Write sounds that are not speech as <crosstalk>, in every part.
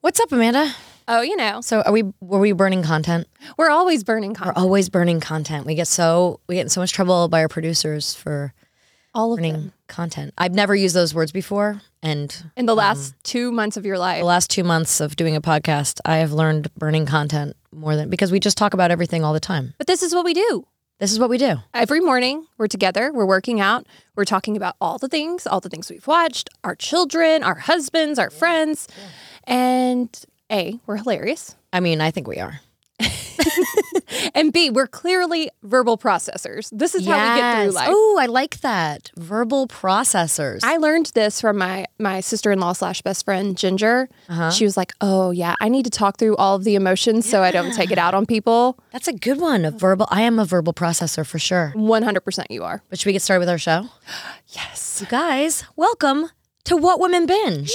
What's up, Amanda? Oh, you know, So are we were we burning content? we're always burning We're content. always burning content. We get so we get in so much trouble by our producers for All of them burning content. I've never used those words before and in the last two months of your life. the last 2 months of doing a podcast, I have learned burning content more than because we just talk about everything all the time. But this is what we do. This is what we do. Every morning, we're together, we're working out, we're talking about all the things, all the things we've watched, our children, our husbands, our friends. And A, we're hilarious. I mean, I think we are. And B, we're clearly verbal processors. This is how we get through life. Oh, I like that. Verbal processors. I learned this from my my sister in law slash best friend Ginger. Uh-huh. She was like, "Oh yeah, I need to talk through all of the emotions so I don't take it out on people." That's a good one. A verbal I am a verbal processor for sure. One hundred percent, you are. But should we get started with our show? Yes. You guys, welcome to What Women Binge.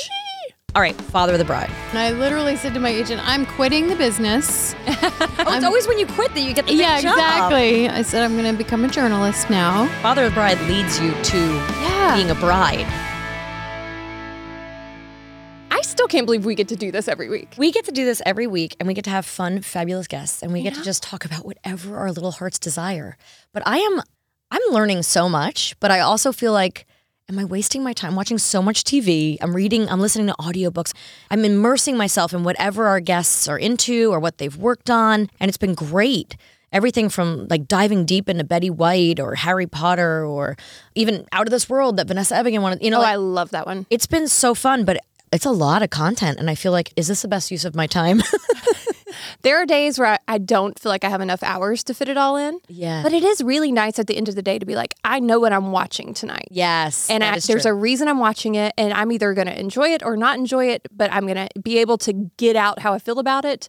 All right, Father of the Bride. And I literally said to my agent, I'm quitting the business. Oh, it's always when you quit that you get the yeah, exactly. I said, I'm going to become a journalist now. Father of the Bride leads you to Yeah. being a bride. I still can't believe we get to do this every week. We get to do this every week and we get to have fun, fabulous guests and we get to just talk about whatever our little hearts desire. But I am I'm learning so much, but I also feel like am I wasting my time watching so much TV? I'm reading, I'm listening to audiobooks. I'm immersing myself in whatever our guests are into or what they've worked on, and it's been great. Everything from like diving deep into Betty White or Harry Potter or even Out of This World that Vanessa Evigan wanted, you know, Oh, like, I love that one. it's been so fun, but it's a lot of content. And I feel like, is this the best use of my time? <laughs> There are days where I, I don't feel like I have enough hours to fit it all in. Yeah. But it is really nice at the end of the day to be like, I know what I'm watching tonight. yes. And I, there's a reason I'm watching it, and I'm either going to enjoy it or not enjoy it, but I'm going to be able to get out how I feel about it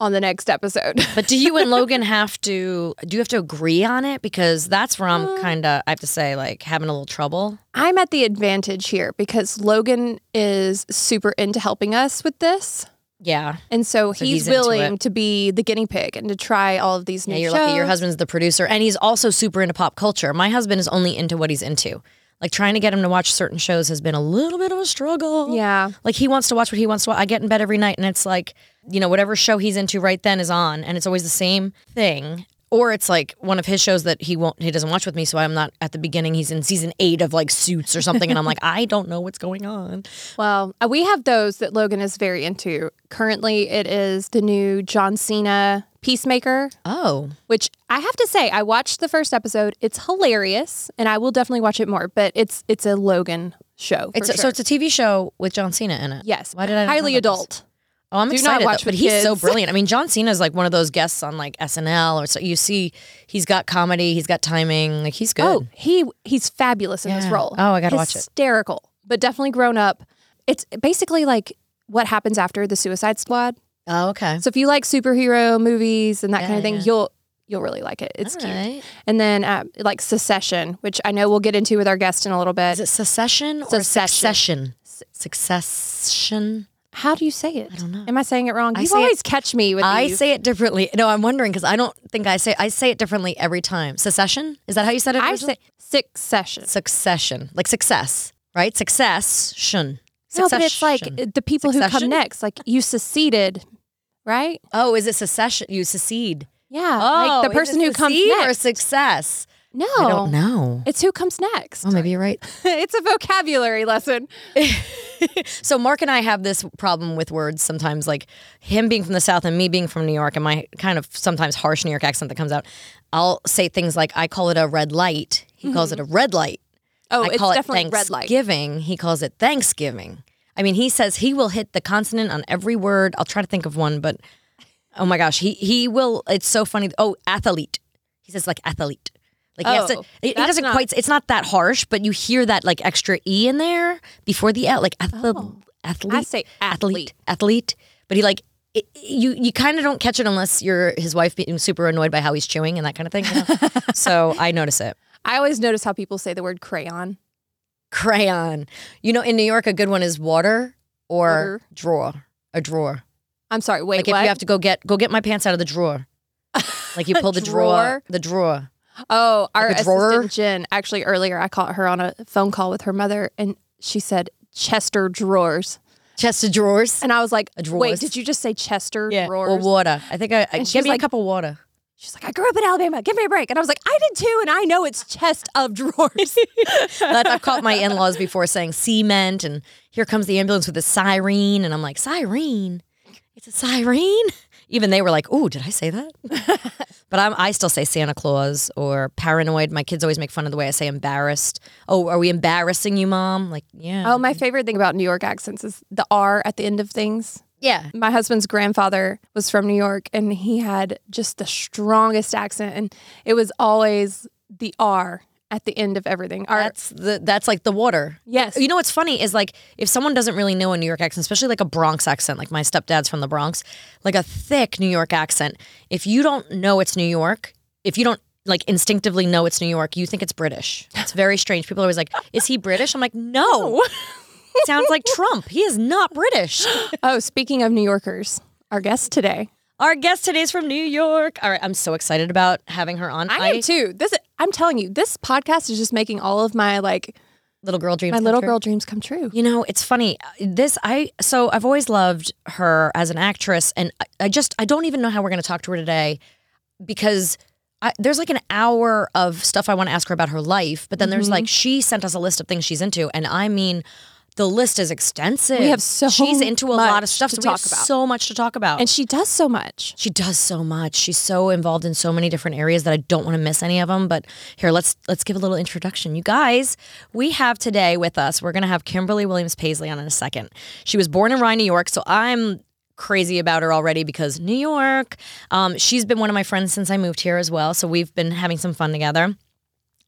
on the next episode. But do you and Logan have to do you have to agree on it? Because that's where I'm kinda I have to say, like having a little trouble. I'm at the advantage here because Logan is super into helping us with this. Yeah. And so, he's he's, into willing it. to be the guinea pig and to try all of these Yeah, new you're shows. lucky your husband's the producer and he's also super into pop culture. My husband is only into what he's into. Like trying to get him to watch certain shows has been a little bit of a struggle. Yeah. Like he wants to watch what he wants to watch. I get in bed every night and it's like, you know, whatever show he's into right then is on and it's always the same thing. Or it's like one of his shows that he won't he doesn't watch with me, so I'm not at the beginning. He's in season eight of like suits or something, and <laughs> I'm like, I don't know what's going on. Well, uh, we have those that Logan is very into. Currently, it is the new John Cena Peacemaker, Oh. which I have to say, I watched the first episode. It's hilarious, and I will definitely watch it more. But it's it's a Logan show. for It's a, so sure. it's a TV show with John Cena in it. yes, Why did I not know highly about this? adult. Oh, I'm Do not excited. watch though, but with he's so kids. brilliant. I mean, John Cena is like one of those guests on like SNL or so. You see, he's got comedy, he's got timing, like he's good. Oh, he he's fabulous in Yeah. this role. Oh, I gotta watch it. Hysterical, but definitely grown up. It's basically like what happens after the Suicide Squad. Oh, okay. So if you like superhero movies and that kind Yeah, of thing, yeah. you'll you'll really like it. It's All cute. right. And then uh, like Secession, which I know we'll get into with our guest in a little Is bit. it secession or succession? Succession. Succession. How do you say it? I don't know. Am I saying it wrong? I you say it- always catch me with I these. say it differently. No, I'm wondering because I don't think I say I say it differently every time. Secession is that how you said it? I originally? say Succession. succession, like success, right? Success, shun. No, but it's like uh, the people who Succession? come next. Like you seceded, right? oh, is it secession? You secede. Yeah. Oh, like the is it person who comes secede or next. success. no. I don't know. It's who comes <laughs> next. Oh, maybe you're right. it's a vocabulary lesson. So Mark and I have this problem with words sometimes, like him being from the South and me being from New York, and my kind of sometimes harsh New York accent that comes out. I'll say things like, "I call it a red light." He calls it a red light. Oh, I it's call definitely it red light. Thanksgiving. He calls it Thanksgiving. I mean, he says he will hit the consonant on every word. I'll try to think of one, but oh my gosh, he he will. It's so funny. Oh, athlete. He says like athlete. Like he, has to, Oh, he- he that's doesn't not- quite. It's not that harsh, but you hear that like extra e in there before the at, like athlete, athlete. Oh. I say athlete, athlete. athlete. But he like it, you you kind of don't catch it unless you're his wife being super annoyed by how he's chewing and that kind of thing. you <laughs> know? so I notice it. I always notice how people say the word crayon. crayon. You know, in New York, a good one is water or Water. drawer. A drawer. I'm sorry. Wait, Like what? if you have to go get go get my pants out of the drawer. Like you pull the drawer, Drawer? the drawer. oh, our like a drawer? assistant Jen. Actually, earlier I caught her on a phone call with her mother, and she said Chester drawers. Chest of drawers. And I was like, drawers. wait, did you just say Chester drawers? Or water. I think I, I she's give me like- a cup of water. She's like, I grew up in Alabama. Give me a break. And I was like, I did too. And I know it's chest of <laughs> drawers. That I've caught my in-laws before saying cement and here comes the ambulance with a siren and I'm like, siren? It's a siren? <laughs> Even they were like, ooh, did I say that? but I'm, I still say Santa Claus or paranoid. My kids always make fun of the way I say embarrassed. Oh, are we embarrassing you, mom? Like, yeah. oh, Um, my favorite thing about New York accents is the R at the end of things. yeah. My husband's grandfather was from New York and he had just the strongest accent. And it was always the R at the end of everything. R. That's the that's like the water. yes. You know what's funny is like if someone doesn't really know a New York accent, especially like a Bronx accent, like my stepdad's from the Bronx, like a thick New York accent, if you don't know it's New York, if you don't like instinctively know it's New York, you think it's British. It's very strange. People are always like, is he British? I'm like, <laughs> no. Sounds like Trump. He is not British. <laughs> oh, speaking of New Yorkers, our guest today. Our guest today is from New York. All right, I'm so excited about having her on. I am too. This I'm telling you, this podcast is just making all of my like little girl dreams. my come little true. girl dreams come true. You know, it's funny. uh, This I so I've always loved her as an actress, and I, I just I don't even know how we're going to talk to her today because I, there's like an hour of stuff I want to ask her about her life, but then there's Mm-hmm. like she sent us a list of things she's into, and I mean. The list is extensive. We have so she's into a lot of much stuff. to so we have talk about. so much to talk about, And she does so much. she does so much. She's so involved in so many different areas that I don't want to miss any of them. But here, let's let's give a little introduction. You guys, we have today with us. We're gonna have Kimberly Williams Paisley on in a second. She was born in Rye, New York, so I'm crazy about her already because New York. Um, she's been one of my friends since I moved here as well, so we've been having some fun together.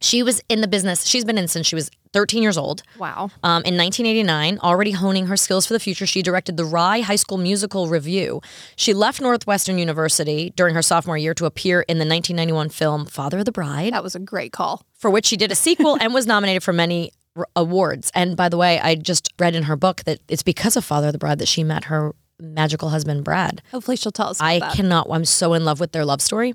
She was in the business. She's been in since she was 13 years old. Wow. Um, in 1989, already honing her skills for the future, she directed the Rye High School Musical Review. She left Northwestern University during her sophomore year to appear in the 1991 film Father of the Bride, That was a great call. for which she did a sequel and was nominated for many r- awards. And by the way, I just read in her book that it's because of Father of the Bride that she met her magical husband, Brad. Hopefully she'll tell us I about that. cannot. I'm so in love with their love story.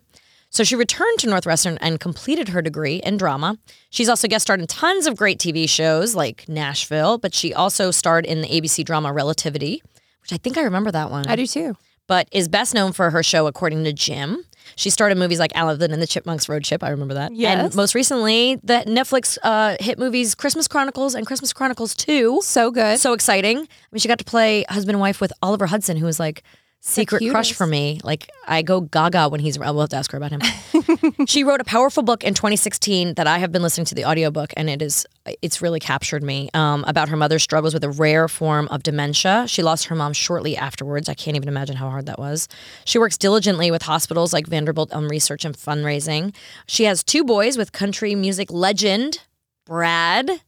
So she returned to Northwestern and completed her degree in drama. She's also guest starred in tons of great TV shows like Nashville, but she also starred in the ABC drama Relativity, which I think I remember that one. I do too. But is best known for her show According to Jim. She starred in movies like Alvin and the Chipmunks Road Trip. I remember that. Yes. And most recently, the Netflix uh, hit movies Christmas Chronicles and Christmas Chronicles 2 So good. so exciting. I mean, she got to play husband and wife with Oliver Hudson, who was like secret crush cutest. for me. Like I go gaga when he's around. We'll have to ask her about him. <laughs> she wrote a powerful book in 2016 that I have been listening to the audiobook and it is it's really captured me um, about her mother's struggles with a rare form of dementia. She lost her mom shortly afterwards. I can't even imagine how hard that was. She works diligently with hospitals like Vanderbilt on research and fundraising. She has two boys with country music legend Brad. You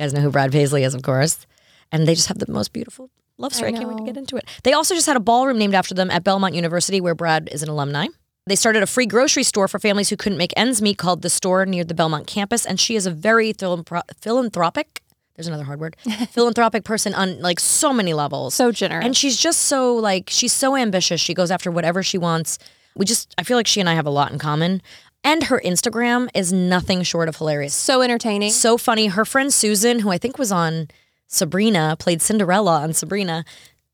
guys know who Brad Paisley is, of course. And they just have the most beautiful love story. I, can't wait to get into it. They also just had a ballroom named after them at Belmont University, where Brad is an alumni. They started a free grocery store for families who couldn't make ends meet called The Store near the Belmont campus. And she is a very philanthro- philanthropic, there's another hard word, philanthropic person on like so many levels. so generous. And she's just so like she's so ambitious. She goes after whatever she wants. We just I feel like she and I have a lot in common. And her Instagram is nothing short of hilarious. so entertaining. So funny. Her friend Susan, who I think was on Sabrina, played Cinderella on Sabrina.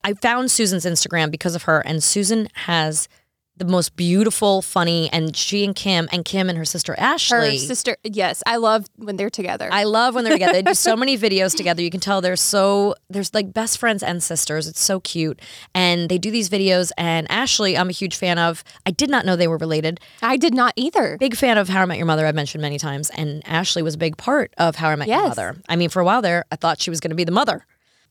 I found Susan's Instagram because of her and Susan has the most beautiful, funny, and she and Kim and Kim and her sister Ashley. Her sister. Yes. I love when they're together. I love when they're together. They do so many videos together. You can tell they're so there's like best friends and sisters. It's so cute. And they do these videos and Ashley, I'm a huge fan of. I did not know they were related. I did not either. Big fan of How I Met Your Mother, I've mentioned many times, and Ashley was a big part of How I Met Your Yes. Mother. I mean, for a while there, I thought she was gonna be the mother.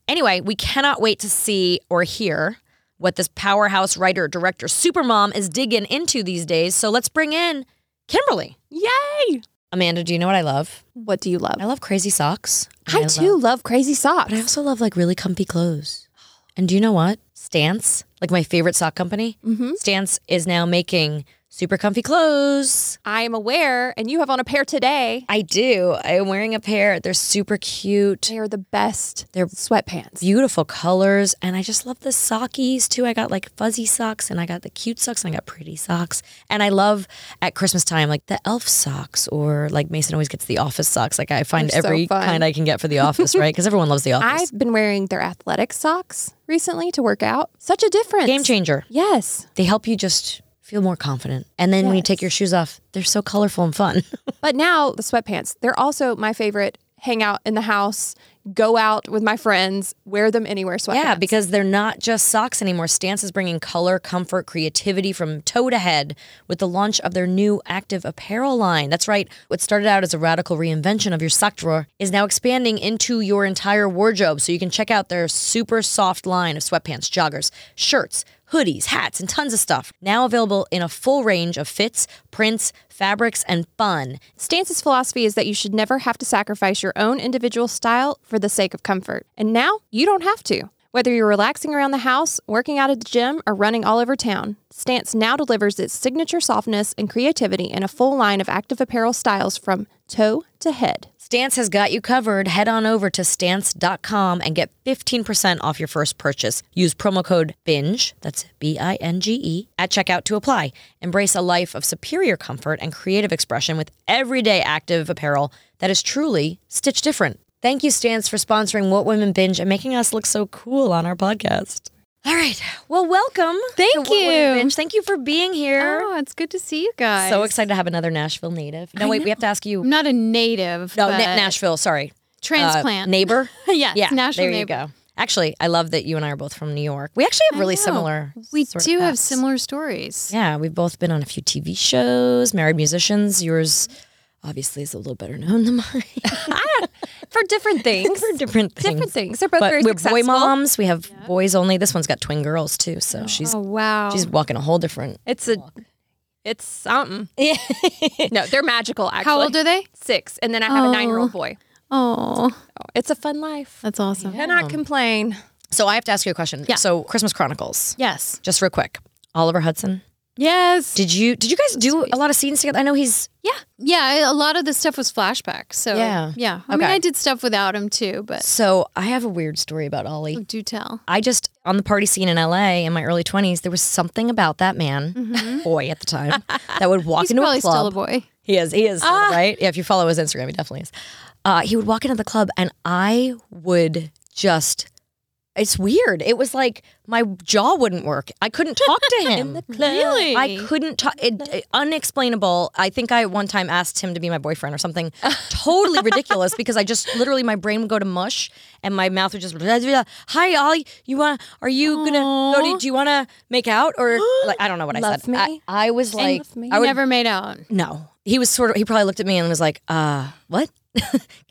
Anyway, we cannot wait to see or hear what this powerhouse writer, director, supermom is digging into these days. So let's bring in Kimberly. Yay. Amanda, do you know what I love? What do you love? I love crazy socks. I, too love, crazy socks. But I also love like really comfy clothes. Mm-hmm. And do you know what? Stance, like my favorite sock company, Stance is now making super comfy clothes. I am aware, and you have on a pair today. I do. I'm wearing a pair. They're super cute, They are the best. They're sweatpants. beautiful colors, and I just love the sockies too. I got like fuzzy socks, and I got the cute socks, and I got pretty socks, and I love at Christmas time like the elf socks, or like Mason always gets the office socks. Like I find They're so every fun. kind I can get for the office, right? Because everyone <laughs> loves the office. I've been wearing their athletic socks recently to work out. Such a difference. Game changer. Yes. They help you just feel more confident, and then when you take your shoes off, they're so colorful and fun. <laughs> But now the sweatpants, they're also my favorite hang out in the house, go out with my friends, wear them anywhere sweatpants. Yeah, because they're not just socks anymore. Stance is bringing color, comfort, creativity from toe to head with the launch of their new active apparel line. That's right. What started out as a radical reinvention of your sock drawer is now expanding into your entire wardrobe. So you can check out their super soft line of sweatpants, joggers, shirts, hoodies, hats, and tons of stuff. Now available in a full range of fits, prints, fabrics, and fun. Stance's philosophy is that you should never have to sacrifice your own individual style for the sake of comfort. And now you don't have to. Whether you're relaxing around the house, working out at the gym, or running all over town, Stance now delivers its signature softness and creativity in a full line of active apparel styles from toe to head. Stance has got you covered. Head on over to stance.com and get 15% off your first purchase. Use promo code BINGE, that's B I N G E, at checkout to apply. Embrace a life of superior comfort and creative expression with everyday active apparel that is truly stitch different. Thank you, Stance, for sponsoring What Women Binge and making us look so cool on our podcast. All right. Well, welcome. Thank to What Women you. Binge. Thank you for being here. Oh, it's good to see you guys. so excited to have another Nashville native. No, wait, we have to ask you. I'm not a native. No, but Na- Nashville, sorry. Uh, Transplant. neighbor. <laughs> yes, yeah, Nashville there you neighbor. go. Actually, I love that you and I are both from New York. We actually have really similar. We sort of do have paths. similar stories. Yeah, we've both been on a few TV shows, married musicians. Yours, obviously, is a little better known than <laughs> mine. For <laughs> different things. <laughs> For different things. different things. They're both But very we're successful. boy moms. We have boys only. This one's got twin girls too, so she's Oh wow. she's walking a whole <laughs> different. It's a it's something. no, they're magical actually. How old are they? Six. And then I have a nine year old boy. Oh, Oh, It's a fun life. that's awesome. Cannot complain. So I have to ask you a question. Yeah. So Christmas Chronicles, Yes. just real quick. Oliver Hudson, Yes. did you did you guys do a lot of scenes together? I know he's yeah. Yeah. A lot of this stuff was flashback. So Yeah. Yeah. I mean, Okay. I did stuff without him too, but so. I have a weird story about Ollie. do tell. I just on the party scene in LA in my early 20s, there was something about that man, boy at the <laughs> time, that would walk Mm-hmm. He's into probably a club. still a boy. He is, he is, Ah. right? Yeah, if you follow his Instagram, he definitely is. Uh, he would walk into the club and I would just it's weird. It was like my jaw wouldn't work. I couldn't talk <laughs> to him. Really? I couldn't talk. It, it- unexplainable. I think I one time asked him to be my boyfriend or <laughs> something. totally ridiculous because I just literally my brain would go to mush and my mouth would just. Hi Ollie, you want? to Are you gonna go? To, do you want to make out or like? I don't know what I Love said. I, me? I was like, love me? I You would never made out. no. He was sort of, he probably looked at me and was like, uh, what? <laughs>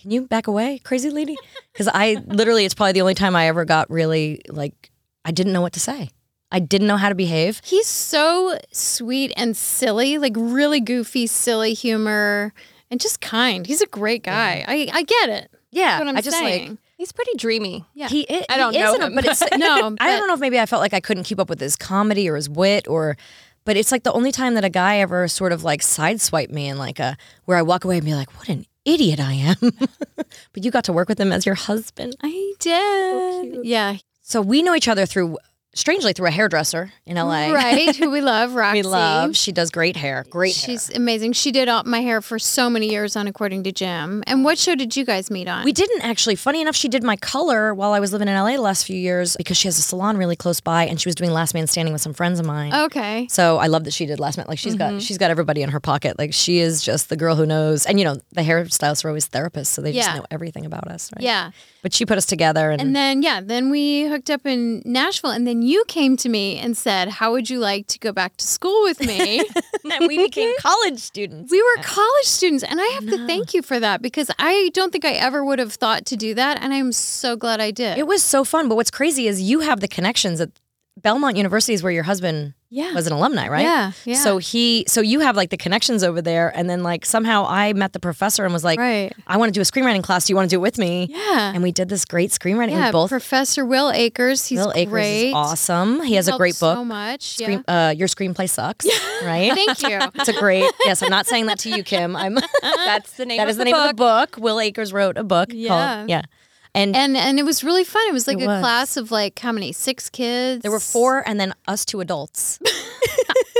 Can you back away, crazy lady? Because I literally, it's probably the only time I ever got really like, I didn't know what to say. I didn't know how to behave. He's so sweet and silly, like really goofy, silly humor, and just kind. He's a great guy. I, I get it. Yeah. That's what I'm I just saying. <laughs> like, He's pretty dreamy. <laughs> yeah. he is. I don't he know isn't a- him, but <laughs> it's, no, I but- don't know if maybe I felt like I couldn't keep up with his comedy or his wit or, but it's like the only time that a guy ever sort of like sideswiped me and like a, where I walk away and be like, what an idiot I am. <laughs> but you got to work with him as your husband. I did. yeah. So we know each other through, strangely, through a hairdresser in LA. <laughs> Right. Who we love, Roxy. <laughs> We love. She does great hair. Great hair. She's amazing. She did all my hair for so many years on According to Jim. And what show did you guys meet on? We didn't actually. Funny enough, she did my color while I was living in LA the last few years because she has a salon really close by, and she was doing Last Man Standing with some friends of mine. okay. So I love that she did Last Man. Like she's Mm-hmm. got she's got everybody in her pocket. Like she is just the girl who knows. And you know the hairstylists are always therapists, so they just Yeah. know everything about us. Right? Yeah. But she put us together, and, And then, yeah, then we hooked up in Nashville. And then you came to me and said, How would you like to go back to school <laughs> with me? and we <laughs> became college students. We were college students, and I have to thank you for that because I don't think I ever would have thought to do that, and I'm so glad I did. It was so fun. But what's crazy is you have the connections at Belmont University is where your husband Yeah. was an alumni, right? Yeah, yeah. So he, so you have like the connections over there, and then like somehow I met the professor and was like, Right. I want to do a screenwriting class. Do you want to do it with me? Yeah. And we did this great screenwriting. yeah. we both Professor Will Akers. He's Bill Akers great. is awesome. He has a Helped great book. So much. Screen- uh, your screenplay sucks, <laughs> yeah. right? Thank you. It's a great. <laughs> Yes, I'm not saying that to you, Kim. I'm. That's the name that of is the the name of the book. Will Akers wrote a book Yeah. called Yeah, and, And and it was really fun. It was like It a was. class of like how many? Six kids. there were four, and then us two adults. <laughs>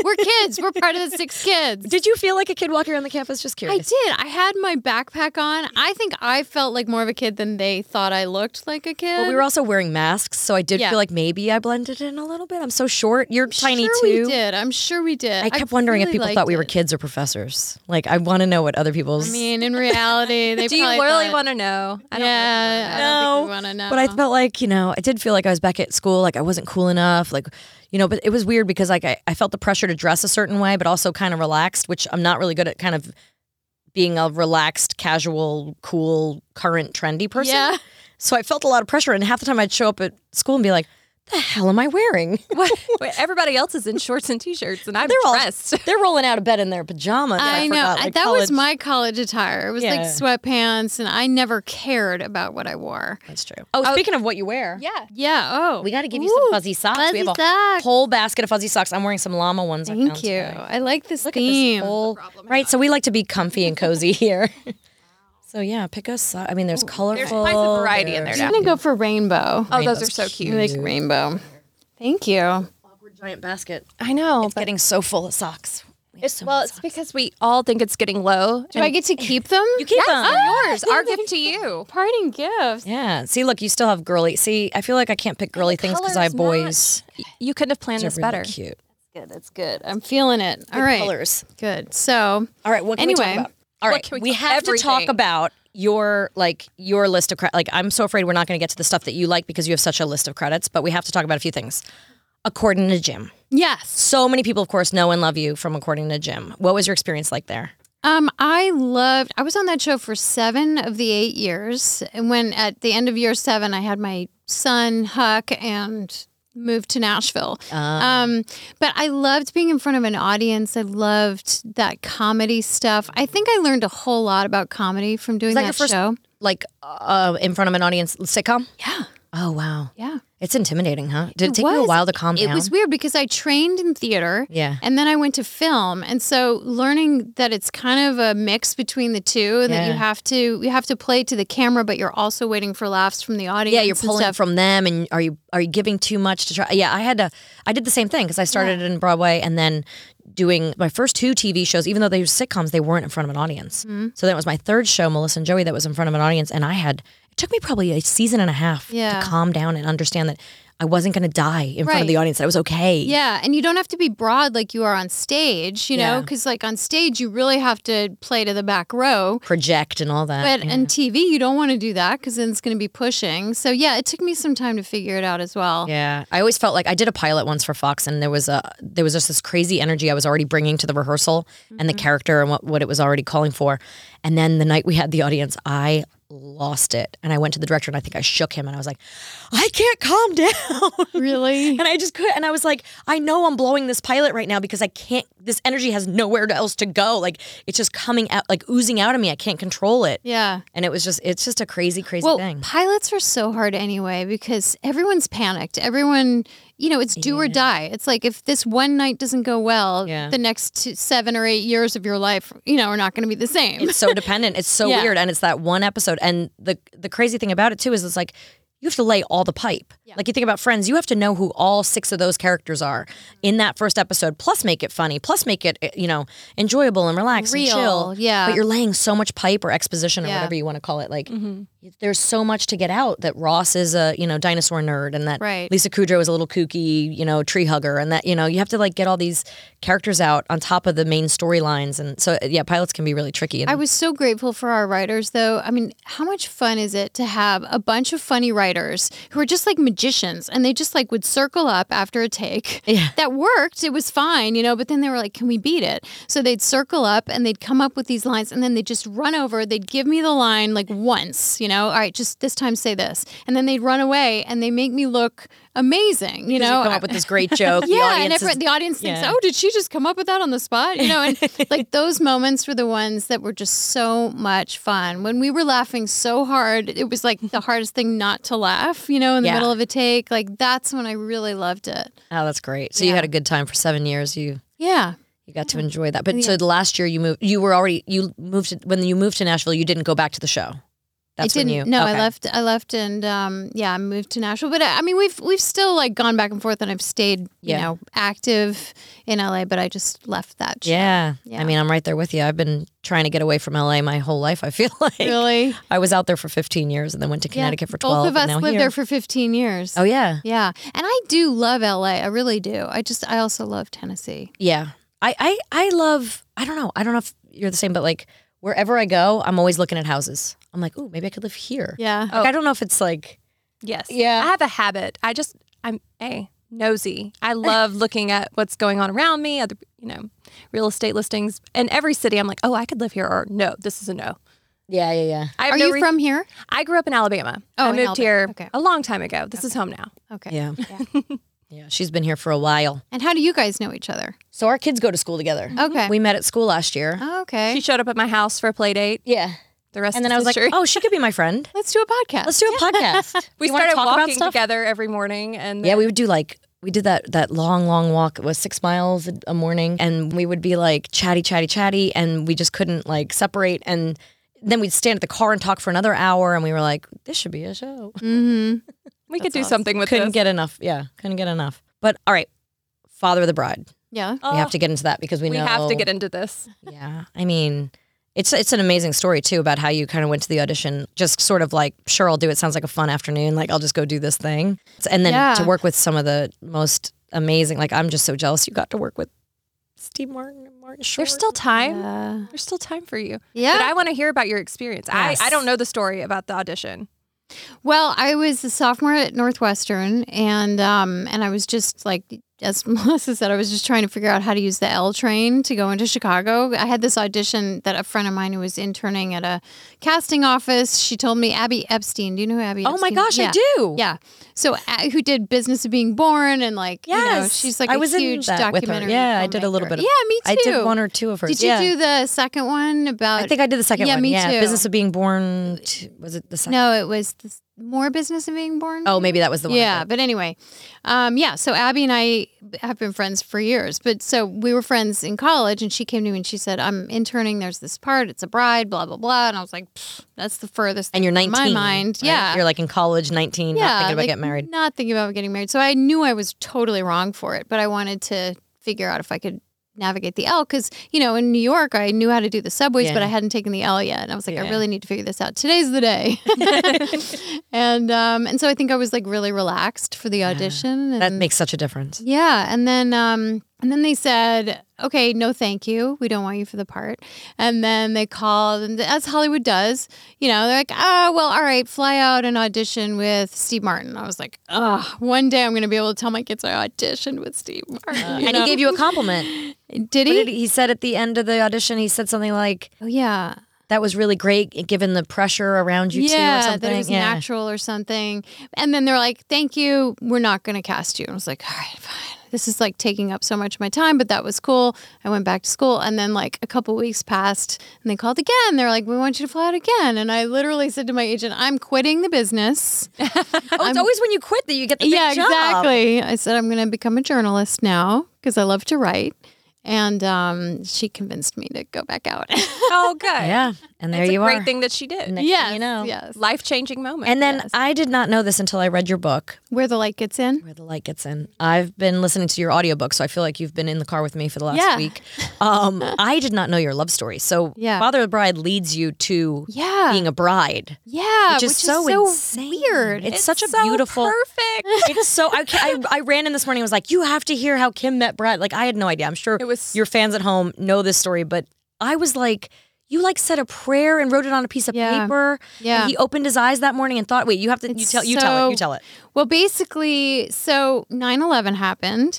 We're kids. We're part of the <laughs> six kids. Did you feel like a kid walking around the campus? Just I curious. did. I had my backpack on. I think I felt like more of a kid than they thought I looked like a kid. Well, we were also wearing masks, so I did Yeah. feel like maybe I blended in a little bit. I'm so short. You're tiny sure too. We did. I'm sure we did. I kept wondering really if people liked thought we were it. kids or professors. Like, I want to know what other people's. I mean, <laughs> in reality, they Do you probably really thought- want to know? I don't Yeah, I don't think we No, want to know. But I felt like, you know, I did feel like I was back at school, like I wasn't cool enough. Like, you know, but it was weird because like I, I felt the pressure to dress a certain way, but also kind of relaxed, which I'm not really good at kind of being a relaxed, casual, cool, current, trendy person. yeah. So I felt a lot of pressure and half the time I'd show up at school and be like, the hell am I wearing? What? <laughs> Wait, everybody else is in shorts and t-shirts, and I'm They're all- <laughs> dressed. <laughs> They're rolling out of bed in their pajamas. I, know forgot, I- like, that was college- my college attire. It was like Yeah. sweatpants, and I never cared about what I wore. That's true. Oh, speaking of what you wear, Yeah. Yeah. Oh, we got to give you some Ooh, fuzzy socks. we fuzzy have a socks. whole basket of fuzzy socks. I'm wearing some llama ones. I found Thank you. today. I like this Look theme. at this whole right. So we like to be comfy and <laughs> cozy here. so yeah, pick a sock. I mean, there's colorful. quite a variety in there there's- now. I'm gonna go for rainbow. Oh, those Rainbow's are so I cute. like rainbow. Thank you. Giant basket. I know. It's getting so full of socks. We have It's, so well, many it's because we all think it's getting low. Do I get to keep them? You keep them. yours. Our gift to Ah, you. Parting gifts. Yeah. See, look, you still have girly. See, I feel like I can't pick girly things because I have boys. You couldn't have planned They're this really better. cute. Good. That's good. I'm feeling it. All right. Colors. Good. So All right. What can we talk Anyway, about? All right. can we we, talk- have to talk everything. about your like your list of credits. Like, I'm so afraid we're not going to get to the stuff that you like because you have such a list of credits. But we have to talk about a few things. According to Jim, yes. so many people, of course, know and love you from According to Jim. What was your experience like there? Um, I loved. I was on that show for seven of the eight years, and when at the end of year seven, I had my son Huck and moved to Nashville. Ah. Um, but I loved being in front of an audience. I loved that comedy stuff. I think I learned a whole lot about comedy from doing that that, your first- show. Like, uh, in front of an audience sitcom. Yeah, Oh wow, yeah. it's intimidating, huh? Did it, take you a was. while to calm It down? was weird because I trained in theater. Yeah. And then I went to film. And so learning that it's kind of a mix between the two and that you Yeah. have to you have to play to the camera but you're also waiting for laughs from the audience. yeah, you're and pulling stuff. from them, and are you are you giving too much to try? Yeah, I had to. I did the same thing because I started in Broadway, and then doing my first two TV shows. Even though they were sitcoms, they weren't in front of an audience. Mm-hmm. So then it was my third show, Melissa and Joey, that was in front of an audience, and I had it took me probably a season and a half Yeah. to calm down and understand that I wasn't going to die in front of the Right. audience. That it was okay. Yeah, and you don't have to be broad like you are on stage, you know, Yeah. because like on stage you really have to play to the back row. project and all that. But in TV, you don't want to do that because then it's going to be pushing. So yeah, it took me some time to figure it out as well. Yeah, I always felt like I did a pilot once for Fox, and there was a there was just this crazy energy I was already bringing to the rehearsal and Mm-hmm. the character and what what it was already calling for. And then the night we had the audience, I lost it, and I went to the director and I think I shook him, and I was like, I can't calm <laughs> down. Really? <laughs> And I just could, and I was like, I know I'm blowing this pilot right now because I can't. This energy has nowhere else to go. Like it's just coming out, like oozing out of me. I can't control it. Yeah. And it was just, it's just a crazy, crazy Well, thing. pilots are so hard anyway because everyone's panicked. Everyone, you know, it's do or die. It's like if this one night doesn't go well, Yeah. the next two, seven or eight years of your life, you know, are not going to be the same. It's so dependent. It's so <laughs> Yeah. weird, and it's that one episode. And the the crazy thing about it too is it's like you have to lay all the pipe. Like you think about Friends, you have to know who all six of those characters are Mm-hmm. in that first episode. Plus, make it funny. Plus, make it eh, you know enjoyable and relaxed Real, and chill. yeah. But you're laying so much pipe or exposition or Yeah. Mm-hmm. whatever you want to call it. Like there's so much to get out that Ross is a you know dinosaur nerd, and that Right. Lisa Kudrow is a little kooky you know tree hugger, and that you know you have to like get all these characters out on top of the main storylines. And so yeah, pilots can be really tricky. And I was so grateful for our writers, though. I mean, how much fun is it to have a bunch of funny writers who are just like magicians and they just like would circle up after a take that worked. It was fine, you know, but then they were like, can we beat it? So they'd circle up and they'd come up with these lines and then they'd just run over. They'd give me the line like once, you know, all right, just this time say this. And then they'd run away and they make me look amazing, you know. come up with this great <laughs> joke. the Oh, yeah, audience and is- everyone, the audience thinks, yeah. "Oh, did she just come up with that on the spot?" <laughs> You know, and like those moments were the ones that were just so much fun. When we were laughing so hard, it was <laughs> like the hardest thing not to laugh. You know, in the Yeah. middle of a take, like that's when I really loved it. oh, that's great. So you had a good time for seven years. You Yeah, you got to enjoy that. But so the last year you moved, you were already you moved to, when you moved to Nashville. You didn't go back to the show. That's I didn't. when you. no, I okay. left. I left, and um, yeah, I moved to Nashville. But I, I mean, we've we've still like gone back and forth, and I've stayed, Yeah. you know, active in LA. But I just left that. show. Yeah. Yeah. I mean, I'm right there with you. I've been trying to get away from LA my whole life. I feel <laughs> like really. I was out there for 15 years and then went to Connecticut for 12. Both of and us now lived here. there for 15 years. Oh yeah, Yeah. And I do love LA. I really do. I just, I also love Tennessee. yeah. I I I love. I don't know. I don't know if you're the same, but like wherever I go, I'm always looking at houses. I'm like, ooh, maybe I could live here. Yeah. Oh. Like, I don't know if it's like. Yes. Yeah. I have a habit. I just I'm a nosy. I <laughs> love looking at what's going on around me, other you know, real estate listings. And every city I'm like, "Oh, I could live here," or "No, this is a no." Yeah, yeah, yeah. I have Are no you re- from here? I grew up in Alabama. Oh, I in moved Alabama. here Okay. a long time ago. This is home now. Okay. Yeah. <laughs> yeah. She's been here for a while. And how do you guys know each other? So our kids go to school together. Okay. We met at school last year. Oh, okay. She showed up at my house for a play date. Yeah. The rest And then is I was like, history. oh, she could be my friend. Let's do a podcast. Let's do <laughs> a podcast. we You wanna started talk about walking stuff? together every morning and Yeah, we would do like we did that that long, long walk. It was six miles a- a morning, and we would be like chatty, chatty, chatty, and we just couldn't like separate. And then we'd stand at the car and talk for another hour, and we were like, "This should be a show." Mm-hmm. we could do something with Couldn't this. get enough. Yeah, couldn't get enough. But all right, Father of the Bride. yeah. we have to get into that because we, Oh. we know have to get into this. Yeah, I mean. It's, it's an amazing story too about how you kind of went to the audition, just sort of like, sure, I'll do it. Sounds like a fun afternoon. Like, I'll just go do this thing. And then Yeah. to work with some of the most amazing, like, I'm just so jealous you got to work with Steve Martin and Martin Short. There's still time. Uh, There's still time for you. yeah. But I want to hear about your experience. Yes. I, I don't know the story about the audition. Well, I was a sophomore at Northwestern, and um, and I was just like, as <laughs> Melissa said, I was just trying to figure out how to use the L train to go into Chicago. I had this audition that a friend of mine who was interning at a casting office. She told me Abby Epstein. Do you know who Abby? Oh my Epstein- gosh, yeah. I do. Yeah, so uh, who did Business of Being Born and like you know Yes. she's like I a was in huge that with her. documentary. Yeah, I did a little filmmaker. bit of- yeah, me too. I did one or two of hers. Did you yeah. do the second one about? I think I did the second Yeah, one. me yeah, too. Business of Being Born. t- was it the second? no, it was this, more Business of Being Born. Oh, maybe that was the one. I Yeah, did. but anyway, um, yeah. So Abby and I have been friends for years, but so we were friends in college, and she came to me and she said, "I'm interning. There's this part. It's a bride. Blah blah blah." And I was like, "Pfft, "That's the furthest." And you're thing 19. from My mind, right? yeah. You're like in college, 19, yeah, not thinking about like, getting married. Not thinking about getting married. So I knew I was totally wrong for it, but I wanted to figure out if I could navigate the L because you know in New York I knew how to do the subways, but Yeah. I hadn't taken the L yet, and I was like, I Yeah. really need to figure this out. Today's the day, <laughs> <laughs> and um, and so I think I was like really relaxed for the audition. And That makes such a difference. yeah, and then um and then they said, "Okay, no thank you. We don't want you for the part." And then they called and as Hollywood does, you know, they're like, "Oh, well, all right, fly out and audition with Steve Martin." I was like, "Ah, one day I'm going to be able to tell my kids I auditioned with Steve Martin." you Uh, and he gave you a compliment. know? did What he? did he said at the end of the audition, he said something like, oh yeah. "That was really great, given the pressure around you yeah, too, or something." that it was natural or something. And then they're like, "Thank you, we're not going to cast you." And I was like, "All right, fine. This is like taking up so much of my time, but that was cool." I went back to school, and then like a couple weeks passed, and they called again. They're like, "We want you to fly out again." And I literally said to my agent, "I'm quitting the business." oh, it's always when you quit that you get the big yeah, job. exactly. I said, "I'm going to become a journalist now because I love to write." And um, she convinced me to go back out. <laughs> Oh, good. Yeah, and there It's a you great are. thing that she did. Next yes, thing you know. yes. Life changing moment. And then I did not know this until I read your book, Where the light gets in. Where the Light Gets In. I've been listening to your audiobook, so I feel like you've been in the car with me for the last Yeah. week. <laughs> Um, I did not know your love story. So, Yeah. Father of the Bride leads you to Yeah. being a bride, Yeah, which is so, insane. weird. It's, such a so beautiful. <laughs> perfect. It's so I, ca- I I ran in this morning. and was like, you have to hear how Kim met Brad. Like I had no idea. I'm sure It was- your fans at home know this story, but I was like, you like said a prayer and wrote it on a piece of Yeah. paper. And Yeah. he opened his eyes that morning and thought, wait, you have to, you It's tell, you tell it, you so- tell it. Well, basically, so 9 11 happened,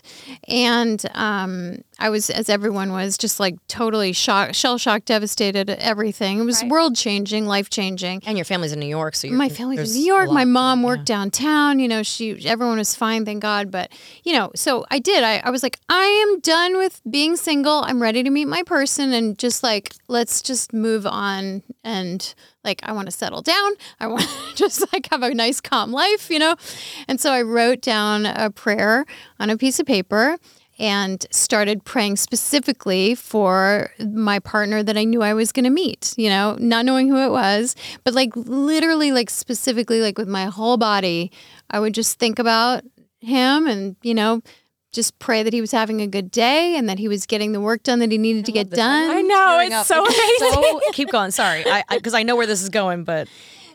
and um, I was, as everyone was, just like totally shocked, shell shocked, devastated at everything. It was world changing, life changing. And your family's in New York, so you're, My family was there's in New a York. lot My to- mom yeah. worked downtown. You know, she everyone was fine, thank God. But you know, so I did. I, I was like, I am done with being single. I'm ready to meet my person and just like let's just move on and like I want to settle down. I want to <laughs> just like have a nice calm life, you know? And so I wrote down a prayer on a piece of paper and started praying specifically for my partner that I knew I was going to meet, you know, not knowing who it was, but like literally, like specifically, like with my whole body, I would just think about him and, you know, just pray that he was having a good day and that he was getting the work done that he needed to get done. I know Tearing up. it's so <laughs> amazing. Oh, So <laughs> keep going. Sorry, I because I, know where this is going, but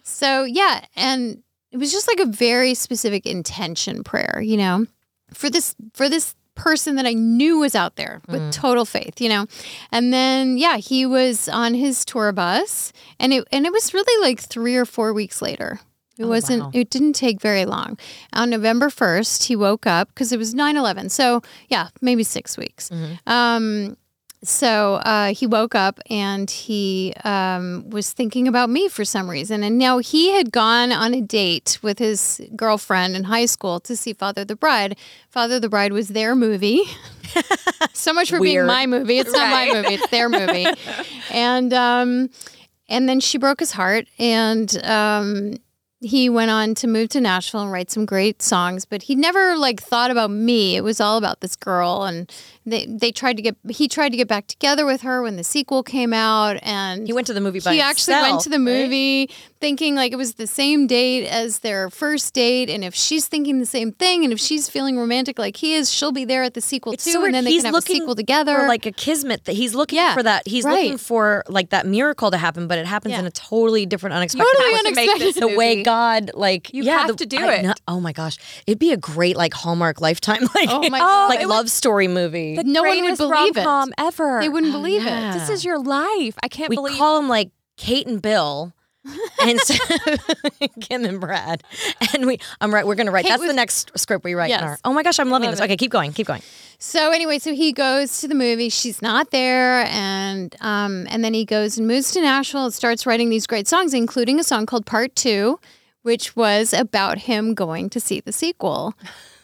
So yeah, and it was just like a very specific intention prayer, you know, for this for this person that I knew was out there with Mm. total faith, you know. And then yeah, he was on his tour bus and it and it was really like 3 or 4 weeks later. It wasn't Oh, wow. it didn't take very long. On November 1st, he woke up cuz it was 9/11. So, yeah, maybe 6 weeks. Mm-hmm. Um so uh, he woke up and he um, was thinking about me for some reason. And now he had gone on a date with his girlfriend in high school to see Father the Bride. Father the Bride was their movie. <laughs> so much for being Weird. my movie. It's not my movie. It's their movie. <laughs> and um, and then she broke his heart. And um, he went on to move to Nashville and write some great songs, but he never like thought about me. It was all about this girl and they they tried to get he tried to get back together with her when the sequel came out and he went to the movie by he actually went himself, to the right? movie thinking like it was the same date as their first date and if she's thinking the same thing and if she's feeling romantic like he is, she'll be there at the sequel It's too so weird. and then they he's can have a looking sequel together. for like a kismet. That he's looking Yeah, for that. He's right. looking for like that miracle to happen, but it happens Yeah. in a totally different, unexpected. Totally way. To make unexpected. this The way movie. God, like, You yeah, have the- to do I it. kno- oh my gosh, it'd be a great like Hallmark Lifetime <laughs> like Oh my God. like It would- love story movie. The No one would greatest believe it. rom-com Ever. they wouldn't believe yeah. it. This is your life. I can't we believe. call them like Kate and <laughs> Bill. and so, <laughs> Kim and Brad, and we, I'm right. We're gonna write. Kate That's was- the next script we write. in Yes. our- oh my gosh, I'm loving Love this. it. Okay, keep going, keep going. So anyway, so he goes to the movie. She's not there, and um, and then he goes and moves to Nashville and starts writing these great songs, including a song called Part Two, which was about him going to see the sequel.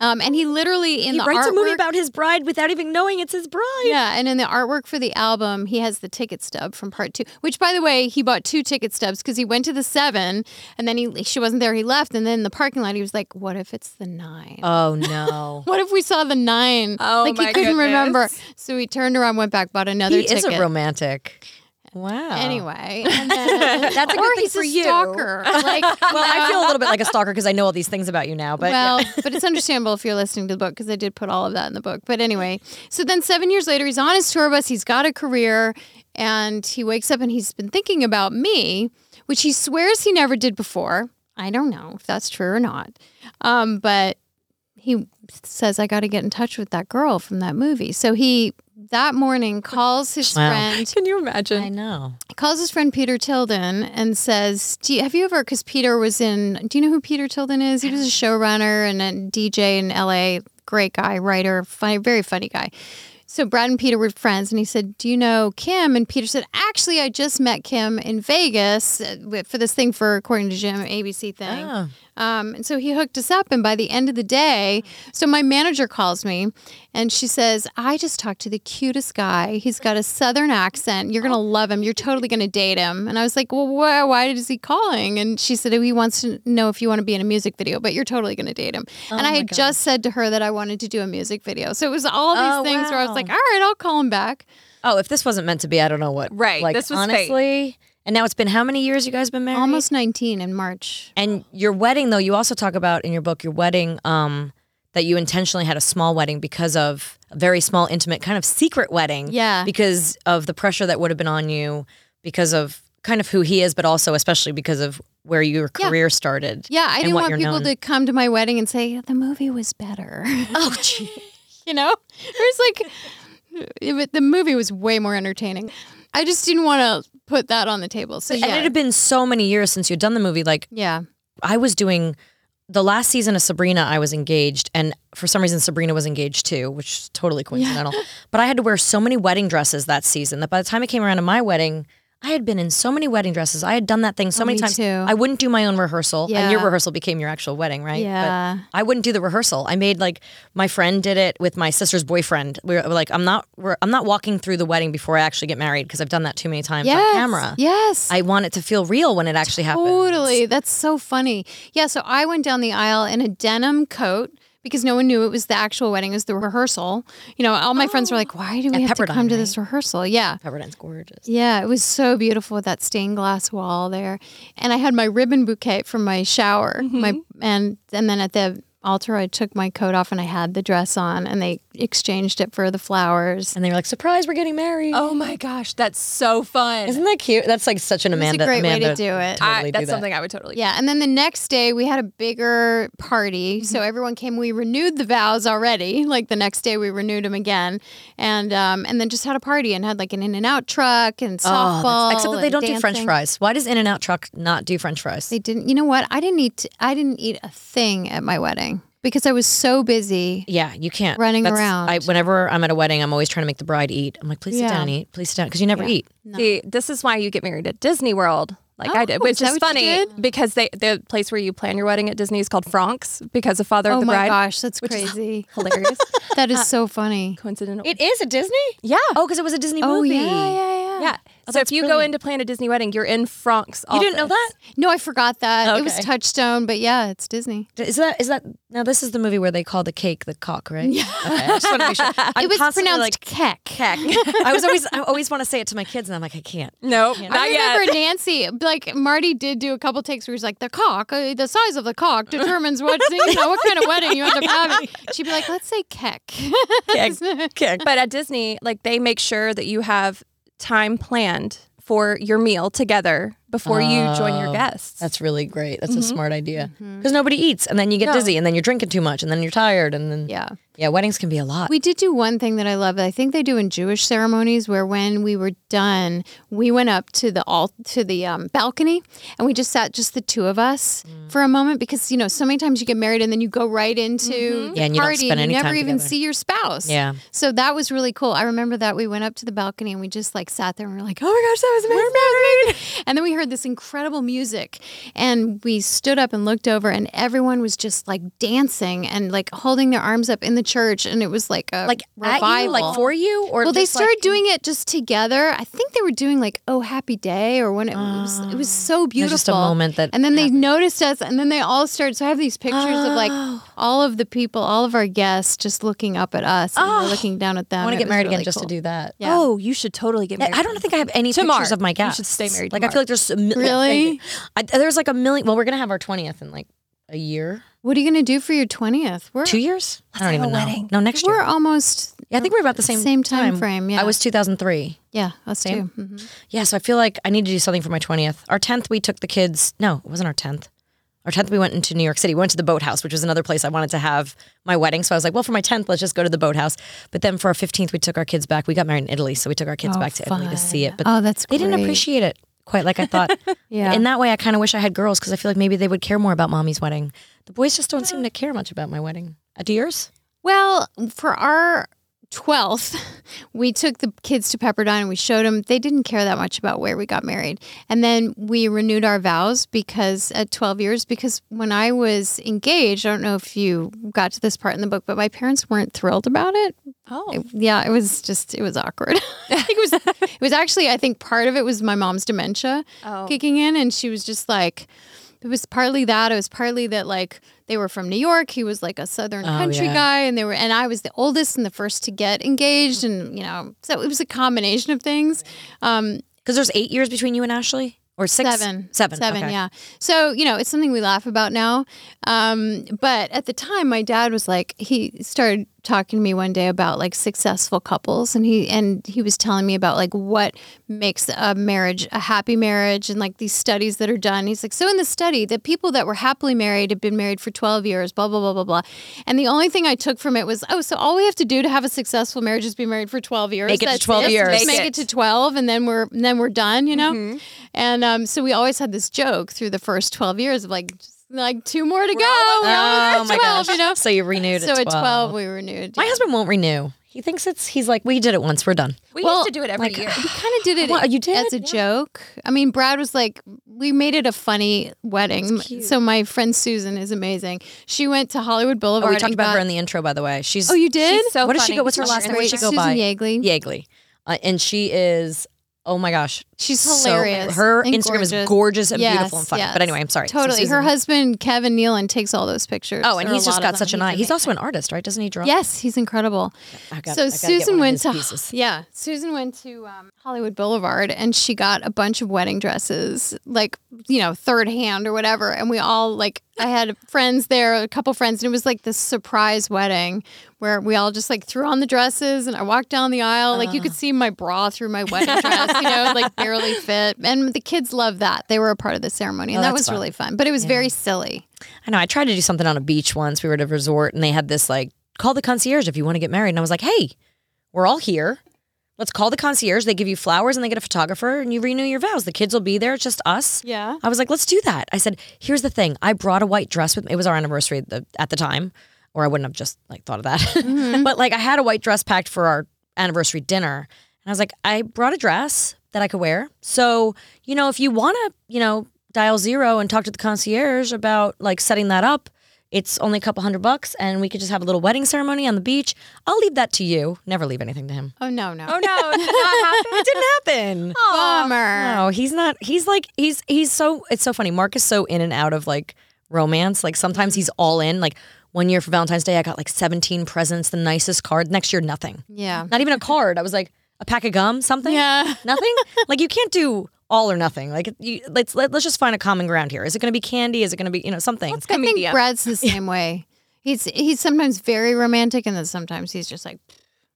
Um, and he literally in He the writes artwork, a movie about his bride without even knowing it's his bride. yeah, and in the artwork for the album, he has the ticket stub from Part Two, which by the way, he bought two ticket stubs because he went to the seven, and then he she wasn't there, he left, and then in the parking lot, he was like, "What if it's the nine? <laughs> Oh no. What if we saw the nine? Oh, like he my couldn't remember. goodness. So he turned around, went back, bought another he ticket. is a romantic. Wow. Anyway, <laughs> and then, <laughs> That's a or good thing he's for a you. stalker. Like, <laughs> Well, I feel a little bit like a stalker because I know all these things about you now. But well, but it's understandable if you're listening to the book because I did put all of that in the book. But anyway, so then seven years later, he's on his tour bus. He's got a career, and he wakes up and he's been thinking about me, which he swears he never did before. I don't know if that's true or not, um, but he says I got to get in touch with that girl from that movie. So he that morning calls his Wow. friend Can you I imagine? know. calls his friend Peter Tilden and says, do you, "Have you ever?" Because Peter was in. Do you know who Peter Tilden is? He was a showrunner and a DJ in L.A. Great guy, writer, funny, very funny guy. So Brad and Peter were friends, and he said, "Do you know Kim?" And Peter said, "Actually, I just met Kim in Vegas uh, with- for this thing for according to Jim ABC thing." Oh. Um, and so he hooked us up, and by the end of the day, so my manager calls me, and she says, "I just talked to the cutest guy. He's got a southern accent. You're gonna love him. You're totally gonna date him." And I was like, "Well, why? Why is he calling?" And she said, "Oh, "He wants to know if you want to be in a music video, but you're totally gonna date him." Oh and I had just said to her that I wanted to do a music video, so it was all these Oh, things where I was wow. like, "All right, I'll call him back." Oh, if this wasn't meant to be, I don't know what. Right, Like this was fate. honestly. And now it's been how many years you guys been married? Almost 19 in March. And your wedding, though, you also talk about in your book your wedding um, that you intentionally had a small wedding because of a very small, intimate, kind of secret wedding. Yeah. Because of the pressure that would have been on you, because of kind of who he is, but also especially because of where your Yeah. career started. Yeah, I and didn't what want you're people known- to come to my wedding and say the movie was better. <laughs> <laughs> Oh, gee. you know it was like it, wa- the movie was way more entertaining I just didn't want to put that on the table. So And it yeah, had been so many years since you'd done the movie. Like yeah, I was doing the last season of Sabrina, I was engaged, and for some reason Sabrina was engaged too, which is totally coincidental. But I had to wear so many wedding dresses that season that by the time it came around to my wedding, I had been in so many wedding dresses. I had done that thing so many Oh, me times. too. I wouldn't do my own rehearsal, and your Yeah. rehearsal became your actual wedding, right? Yeah. But I wouldn't do the rehearsal. I made like my friend did it with my sister's boyfriend. We were like, I'm not, we're, I'm not walking through the wedding before I actually get married because I've done that too many times yes, on camera. yes. I want it to feel real when it actually happens. Totally. That's so funny. Yeah. So I went down the aisle in a denim coat because no one knew it was the actual wedding. It was the rehearsal. You know, all my friends were like, why do we Oh. At have to Pepperdine, come to this rehearsal? Yeah. Pepperdine gorgeous. Yeah. It was so beautiful with that stained glass wall there. And I had my ribbon bouquet from my shower. Mm-hmm. My and and then at the altar I took my coat off and I had the dress on and they exchanged it for the flowers. And they were like, surprise, we're getting married. Oh my gosh, that's so fun. Isn't that cute? That's like such an Amanda. great way to Amanda do it. totally I, do that's that. something I would totally. Yeah, and then the next day we had a bigger party, Mm-hmm. so everyone came. We renewed the vows already. <laughs> Like the next day we renewed them again, and um, and then just had a party and had like an in and out truck and Oh, that's- softball. except that they and don't do French dancing. fries. Why does In and Out truck not do French fries? They didn't. You know what? I didn't eat. I didn't eat a thing at my wedding because I was so busy. yeah, you can't Running That's- around. I, whenever I'm at a wedding, I'm always trying to make the bride eat. I'm like, please sit Yeah. down and eat. Please sit down because you never eat. See, this is why you get married at Disney World, like I Oh, did, which is that is, what you funny did? because they the place where you plan your wedding at Disney is called Franck's because of Father Oh of the my Bride. Uh, gosh, that's <laughs> crazy. <laughs> Hilarious, that is so funny. coincidental. It is a Disney. yeah, Oh, because it was a Disney Oh movie. yeah, yeah, yeah. yeah. so if you go in to plan a Disney wedding, you're in Franck's. You didn't know that? No, I forgot that. It was Okay. Touchstone, but yeah, it's Disney. Is that is that now? This is the movie where they call the cake the cock, right? Yeah. Okay, I just want to <laughs> make sure. I'm It was constantly pronounced like Keck. keck. <laughs> I was always I always want to say it to my kids, and I'm like, I can't. No, not I yet. <laughs> remember Nancy, like Marty did do a couple takes where he's like, the cock, uh, the size of the <laughs> cock determines what, you know, what kind of wedding you end up having. She'd be like, let's say keck. Keck. Keck. But at Disney, like they make sure that you have time planned for your meal together before you join your guests. That's really great. That's Mm-hmm. a smart idea. Because nobody eats, and then you get dizzy, and then you're drinking too much, and then you're tired, and then <laughs> yeah. yeah, weddings can be a lot. We did do one thing that I love. that I think they do in Jewish ceremonies where when we were done, we went up to the alt to the um, balcony and we just sat just the two of us for a moment because you know so many times you get married and then you go right into the Yeah, and you don't party spend and any you never time even together. see your spouse. Yeah. So that was really cool. I remember that we went up to the balcony and we just like sat there and we were like, oh my gosh, that was amazing. that was amazing." And then we heard this incredible music and we stood up and looked over and everyone was just like dancing and like holding their arms up in the church. And it was like a like revival. at you, like for you, or well, they just, like- started doing it just together. I think they were doing like "Oh Happy Day" or when it was. It was so Ah. There's beautiful. just a moment that And then they noticed us, and then they all started. So I have these pictures of like Oh. all of the people, all of our guests, just looking up at us and we're looking down at them. I want to It Ah. get was married really again just to cool. do that. Yeah. Oh, you should totally get I- married. I don't think I have any Tomorrow. pictures of my You guests. should stay married Like I feel tomorrow. like there's a mil- Really? I, there's like a million. Well, we're gonna have our twentieth in like a year, What are you going to do for your twentieth? We're two years. I don't have even a know. wedding. No, next we're year. almost Yeah, I think we're about the same same time frame, yeah. I was 2003. yeah us too. hmm Yeah, so I feel like I need to do something for my 20th. Our 10th, we took the kids. No, it wasn't our 10th. Our 10th, we went into New York City. We went to the boathouse, which was another place I wanted to have my wedding. So I was like, well, for my 10th, let's just go to the boathouse. But then for our 15th, we took our kids back. We got married in Italy. So we took our kids back to Italy to see it. But Oh, that's they great. didn't appreciate it quite like I thought. <laughs> Yeah. In that way, I kind of wish I had girls because I feel like maybe they would care more about mommy's wedding. The boys just don't seem to care much about my wedding. Uh, Do yours? Well, for our 12th, <laughs> we took the kids to Pepperdine and we showed them. They didn't care that much about where we got married. And then we renewed our vows because at 12 years, because when I was engaged, I don't know if you got to this part in the book, but my parents weren't thrilled about it. Oh, Yeah, it was just, it was awkward. <laughs> I think it was, it was actually, I think part of it was my mom's dementia Oh. kicking in. And she was just like, it was partly that. It was partly that, like, they were from New York. He was like a Southern country yeah. guy. And they were, and I was the oldest and the first to get engaged. And, you know, so it was a combination of things. Um, Because there's eight years between you and Ashley? Or six? Seven. Seven. Seven, okay. yeah. So, you know, it's something we laugh about now. Um, but at the time, my dad was like, he started talking to me one day about like successful couples and he and he was telling me about like what makes a marriage a happy marriage and like these studies that are done. He's like, so in the study, the people that were happily married had been married for 12 years, blah blah blah blah blah. And the only thing I took from it was, oh, so all we have to do to have a successful marriage is be married for 12 years. Make it to 12 Just years. Make, Make it. to 12 and then we're and then we're done, you know? Mm-hmm. Mhm. And um, so we always had this joke through the first 12 years of like just, like two more to go. We're almost oh at my 12, gosh. you know? So you renewed So at 12. at 12 we renewed. My yeah. husband won't renew. He thinks it's, he's like, we did it once, we're done. We Well, used to do it every like, year. we kind of <laughs> did it What, you did? as a joke. I mean, Brad was like, we made it a funny wedding. So my friend Susan is amazing. She went to Hollywood Boulevard. Oh, we talked and about got- her in the intro, by the way. She's Oh, you did? She's so what does she funny. go? What's her She's last name? What does she go Susan by? Yeagley. Yeagley, uh, and she is. Oh my gosh, She's so- hilarious her and Instagram is gorgeous. gorgeous and beautiful Yes, and funny. yes. But anyway, I'm sorry. So Totally. her Susan- husband Kevin Nealon takes all those pictures. Oh, and There are he's a just lot got of such them. an eye. He's amazing. also an artist, right? Doesn't he draw? Yes, he's incredible. Oh. I got- I so gotta get one Susan of went his to pieces. <laughs> yeah. Susan went to um, Hollywood Boulevard and she got a bunch of wedding dresses, like you know, third hand or whatever. And we all like I had friends there, a couple friends, and it was like this surprise wedding where we all just like threw on the dresses and I walked down the aisle. Like you Ah. could see my bra through <laughs> my wedding dress, you know, like barely fit. And the kids loved that. They were a part of the ceremony, and Oh, that that's was fun. really fun. But it was very silly. I know. I tried to do something on a beach once. We were at a resort, and they had this like, call the concierge if you want to get married. And I was like, hey, we're all here. Let's call the concierge. They give you flowers and they get a photographer, and you renew your vows. The kids will be there. It's just us. <laughs> Yeah. I was like, let's do that. I said, here's the thing. I brought a white dress with me. It was our anniversary at the, at the time, or I wouldn't have just like thought of that. <laughs> but like I had a white dress packed for our anniversary dinner. And I was like, I brought a dress that I could wear. So, you know, if you want to, you know, dial zero and talk to the concierge about like setting that up, it's only a couple hundred bucks and we could just have a little wedding ceremony on the beach. I'll leave that to you. Never leave anything to him. Oh no, no. oh no, it did not happen. <laughs> It <laughs> didn't happen. Bummer. No, he's not. He's like he's he's so it's so funny. Mark is so in and out of like romance. Like sometimes he's all in. Like one year for Valentine's Day, I got like seventeen presents, the nicest card. Next year, nothing. Yeah. Not even a card. I was like a pack of gum, something. Yeah. Nothing. like you can't do all or nothing. Like you, let's let, let's just find a common ground here. Is it going to be candy? Is it going to be you know something? I think Comedian. <laughs> Brad's the same way. He's he's sometimes very romantic, and then sometimes he's just like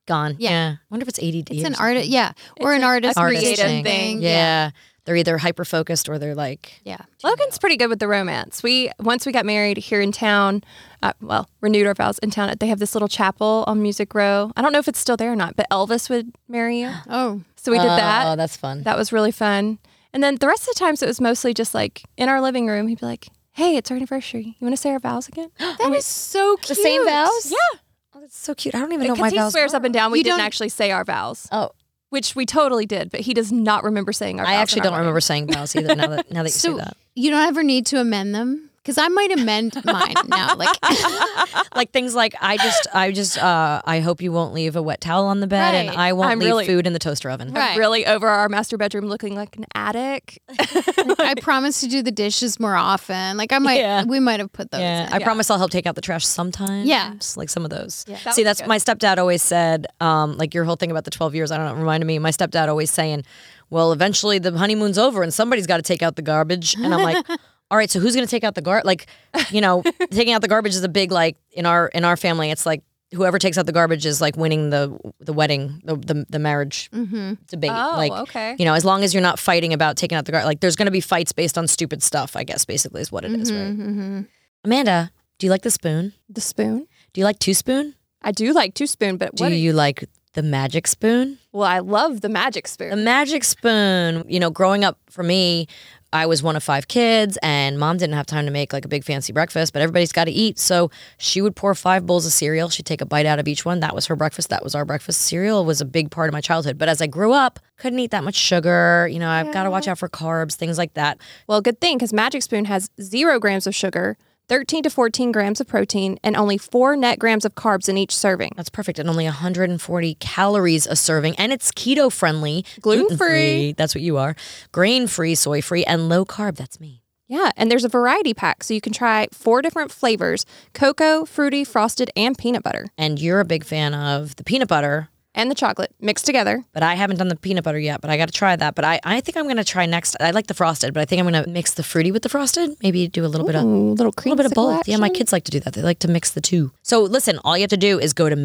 Gone. Yeah. I wonder if it's ADD. it's or an something. artist, yeah, or an artist, Artist creative thing. Yeah. They're either hyper focused or they're like yeah. Logan's pretty good with the romance. We once we got married here in town, uh, well, renewed our vows in town. They have this little chapel on Music Row. I don't know if it's still there or not, but Elvis would marry you, Oh, so we did Oh, that. that's fun. That was really fun. And then the rest of the times, it was mostly just like in our living room. He'd be like, "Hey, it's our anniversary. You want to say our <gasps> vows again?" that is so cute. The same vows? yeah, oh, that's so cute. I don't even know what my because he vows. swears were. up and down we You didn't don't- actually say our vows, Oh, which we totally did, but he does not remember saying our. I vows in actually our don't wedding. remember saying vows either. Now that now that you say So <laughs> that, you don't ever need to amend them because I might <laughs> amend mine now. Like, <laughs> like things like I just I just uh, I hope you won't leave a wet towel on the bed, and Right. I won't I'm leave really- food in the toaster oven. Right. Really over our master bedroom looking like an attic. I promise to do the dishes more often. Like, I might, Yeah. we might have put those. Yeah, in. I promise I'll help take out the trash sometimes. Yeah. like some of those. That See, was that's good. my stepdad always said. Um, like your whole thing about the twelve years, I don't know, it reminded me. My stepdad always saying, "Well, eventually the honeymoon's over, and somebody's got to take out the garbage." And I'm <laughs> like, "All right, so who's going to take out the gar? Like, you know, taking out the garbage is a big like in our in our family. It's like whoever takes out the garbage is like winning the the wedding, the the, the marriage debate. Oh, like, okay. you know, as long as you're not fighting about taking out the garbage, like there's going to be fights based on stupid stuff. I guess basically is what it is, right? Amanda, do you like the spoon? The spoon. Do you like two spoon? I do like two spoon, but Do what? you like the magic spoon? well, I love the magic The spoon. magic spoon, you know, growing up for me, I was one of five kids and mom didn't have time to make like a big fancy breakfast, but everybody's got to eat. So she would pour five bowls of cereal. She'd take a bite out of each one. That was her breakfast. That was our breakfast. Cereal was a big part of my childhood. But as I grew up, couldn't eat that much sugar. You know, I've got to watch out for carbs, things like that. Well, good thing because magic spoon has zero grams of sugar, thirteen to fourteen grams of protein, and only four net grams of carbs in each serving. That's perfect. And only 140 calories a serving. And it's keto friendly, Gluten-free. That's what you are. Grain free, soy free, and low carb. That's me. Yeah, and there's a variety pack, so you can try four different flavors: cocoa, fruity, frosted, and peanut butter. And you're a big fan of the peanut butter. and the chocolate mixed together. But I haven't done the peanut butter yet, but I got to try that. But I, I think I'm going to try next. I like the frosted, but I think I'm going to mix the fruity with the frosted. Maybe do a little bit of Ooh, little cream. a little bit of sickle both. Yeah, my action. kids like to do that. They like to mix the two. So listen, all you have to do is go to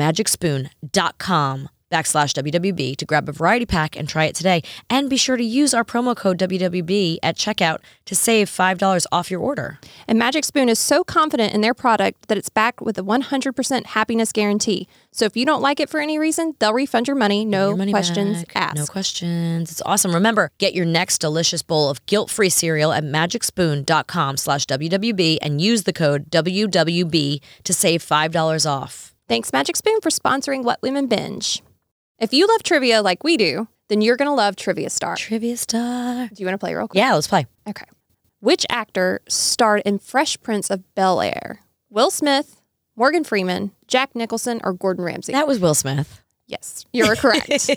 magicspoon.com backslash WWB to grab a variety pack and try it today. And be sure to use our promo code WWB at checkout to save $5 off your order. And Magic Spoon is so confident in their product that it's backed with a 100% happiness guarantee. So if you don't like it for any reason, they'll refund your money, no Your money questions back, asked. No questions. It's awesome. Remember, get your next delicious bowl of guilt-free cereal at magicspoon.com slash WWB and use the code WWB to save $5 off. Thanks, Magic Spoon, for sponsoring What Women Binge. If you love trivia like we do, then you're going to love Trivia Star. Trivia star. Do you want to play real quick? Yeah, let's play. Okay. Which actor starred in Fresh Prince of Bel Air? Will Smith, Morgan Freeman, Jack Nicholson, or Gordon Ramsay? That was Will Smith. yes, you're correct.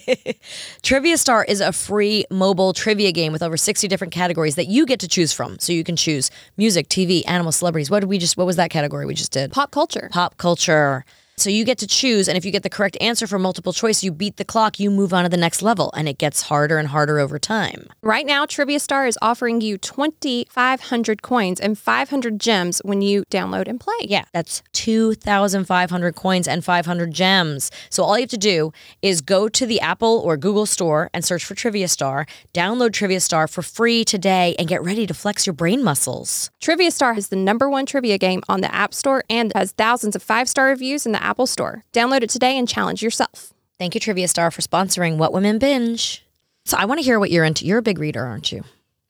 Trivia Star is a free mobile trivia game with over 60 different categories that you get to choose from. So you can choose music, TV, animal, celebrities. What did we just what was that category we just did? Pop culture. Pop culture. So you get to choose and if you get the correct answer for multiple choice, you beat the clock, you move on to the next level and it gets harder and harder over time. Right now, Trivia Star is offering you 2,500 coins and 500 gems when you download and play. Yeah, that's 2,500 coins and 500 gems. So all you have to do is go to the Apple or Google store and search for Trivia Star, download Trivia Star for free today, and get ready to flex your brain muscles. Trivia Star is the number one trivia game on the App Store and has thousands of five star reviews in the Apple Store. Download it today and challenge yourself. Thank you, Trivia Star, for sponsoring What Women Binge. So I want to hear what you're into. You're a big reader, aren't you?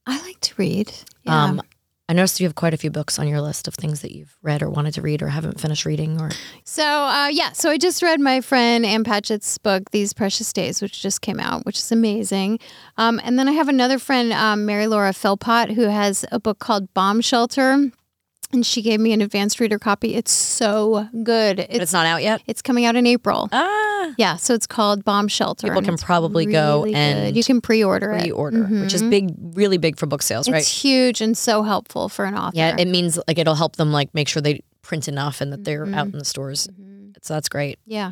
I like to read. Yeah. Um, I noticed you have quite a few books on your list of things that you've read or wanted to read or haven't finished reading. Or so uh, yeah, so I just read my friend Ann Patchett's book, These Precious Days, which just came out, which is amazing. Um, and then I have another friend, um, Mary Laura Philpott, who has a book called Bomb Shelter, and she gave me an advanced reader copy. It's so good. but It's it's not out yet. it's coming out in April. Ah, Yeah, so it's called Bomb Shelter. People and can it's probably go really good. and you can pre-order it. pre-order, which is big, really big for book sales, right? Mm-hmm. It's huge and so helpful for an author. Yeah, it means like it'll help them like make sure they print enough and that they're out Mm-hmm. in the stores. So that's great. yeah.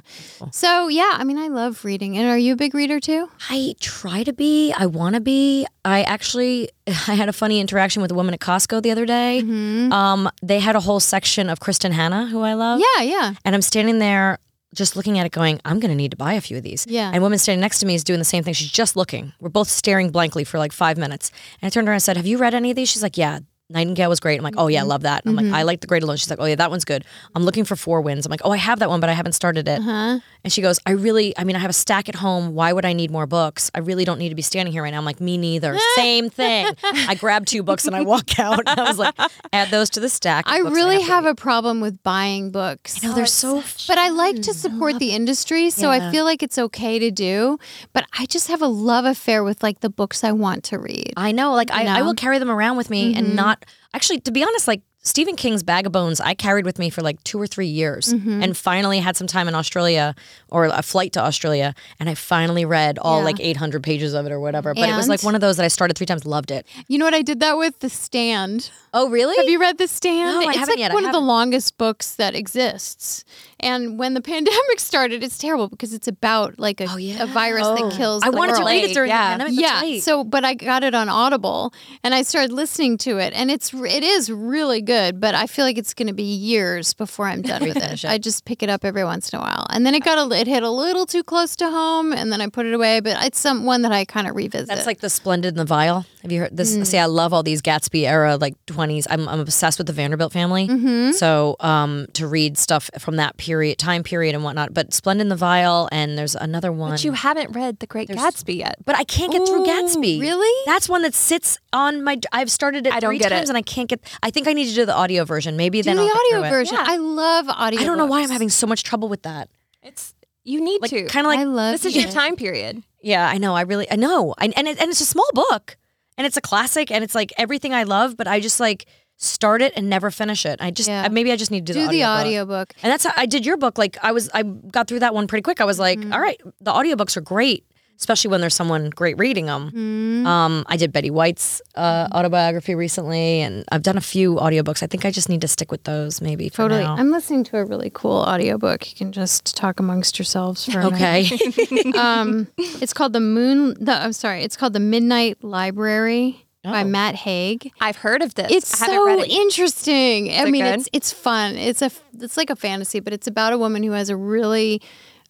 So yeah, I mean, I love reading. And are you a big reader too? I try to be. I want to be. I actually <laughs> I had a funny interaction with a woman at Costco the other day. Mm-hmm. Um, they had a whole section of Kristen Hanna, who I love. Yeah, yeah. And I'm standing there just looking at it going, I'm going to need to buy a few of these. Yeah. And woman standing next to me is doing the same thing. She's just looking. We're both staring blankly for like five minutes. And I turned to her and said, Have you read any of these? She's like, Yeah. Nightingale was great. I'm like, oh Mm-hmm. yeah, I love that. And I'm like, I like the Great Alone. She's like, oh yeah, that one's good. I'm looking for Four Winds. I'm like, oh, I have that one, but I haven't started Uh-huh. it. And she goes, I really, I mean, I have a stack at home. Why would I need more books? I really don't need to be standing here right now. I'm like, me <laughs> neither. Same thing. I grab two books and I walk out. <laughs> I was like, add those to the stack. of I books really to have read." a problem with buying books. No, they're so. f- But I like to support the industry, so I feel like it's okay to do. But I just have a love affair with like the books I want to read. I know. Like I, I will carry them around with me and not actually to be honest, like Stephen King's Bag of Bones I carried with me for like two or three years and finally had some time in Australia or a flight to Australia and I finally read all Yeah. like eight hundred pages of it or whatever. But it was And? like one of those that I started three times, loved it. You know what I did that with? The Stand. Oh really? Have you read The Stand? No, I it's haven't like yet. I one of the haven't. longest books that exists. And when the <laughs> pandemic started, it's terrible because it's about like a, a virus that kills. Oh, I the wanted to world. read it during Yeah. the pandemic. yeah. That's right. So, but I got it on Audible, and I started listening to it, and it's r- it is really good. But I feel like it's going to be years before I'm done <laughs> with it. I just pick it up every once in a while, and then it got a, it hit a little too close to home, and then I put it away. But it's some one that I kind of revisit. That's Mm. like the Splendid and the Vile. Have you heard this? See, I love all these Gatsby era like twenties. I'm, I'm obsessed with the Vanderbilt family. So um, to read stuff from that period, time period, and whatnot. But Splendid and the Vile, and there's another one. But, haven't read The Great Gatsby yet. I can't get through Gatsby. really? That's one that sits on my. I've started it don't three get times, it. and I can't get. I think I need to do the audio version. Maybe do then the I'll get through audio it. version. Yeah. I love audio. I don't know why I'm having so much trouble with that. It's you need Like, to. kind of like I love this is it. your time period. Yeah, I know. I really, I know. I, and it, and it's a small book, and it's a classic, and it's like everything I love. But I just like start it and never finish it. I just Yeah. maybe I just need to do, do the audiobook. audiobook. Mm-hmm. And that's how I did your book. Like I was, I got through that one pretty quick. I was like, all right, the audiobooks are great. especially when there's someone great reading them. Mm-hmm. Um, I did Betty White's uh, autobiography recently, and I've done a few audiobooks. I think I just need to stick with those maybe. For Totally. <laughs> now. I'm listening to a really cool audiobook. You can just talk amongst yourselves for a minute. <laughs> okay. Oh um, it's called the Moon. The, I'm sorry. It's called the Midnight Library by Oh. Matt Haig. I've heard of this. It's I haven't read so it. interesting. I it mean, good? it's it's fun. It's a f- it's like a fantasy, but it's about a woman who has a really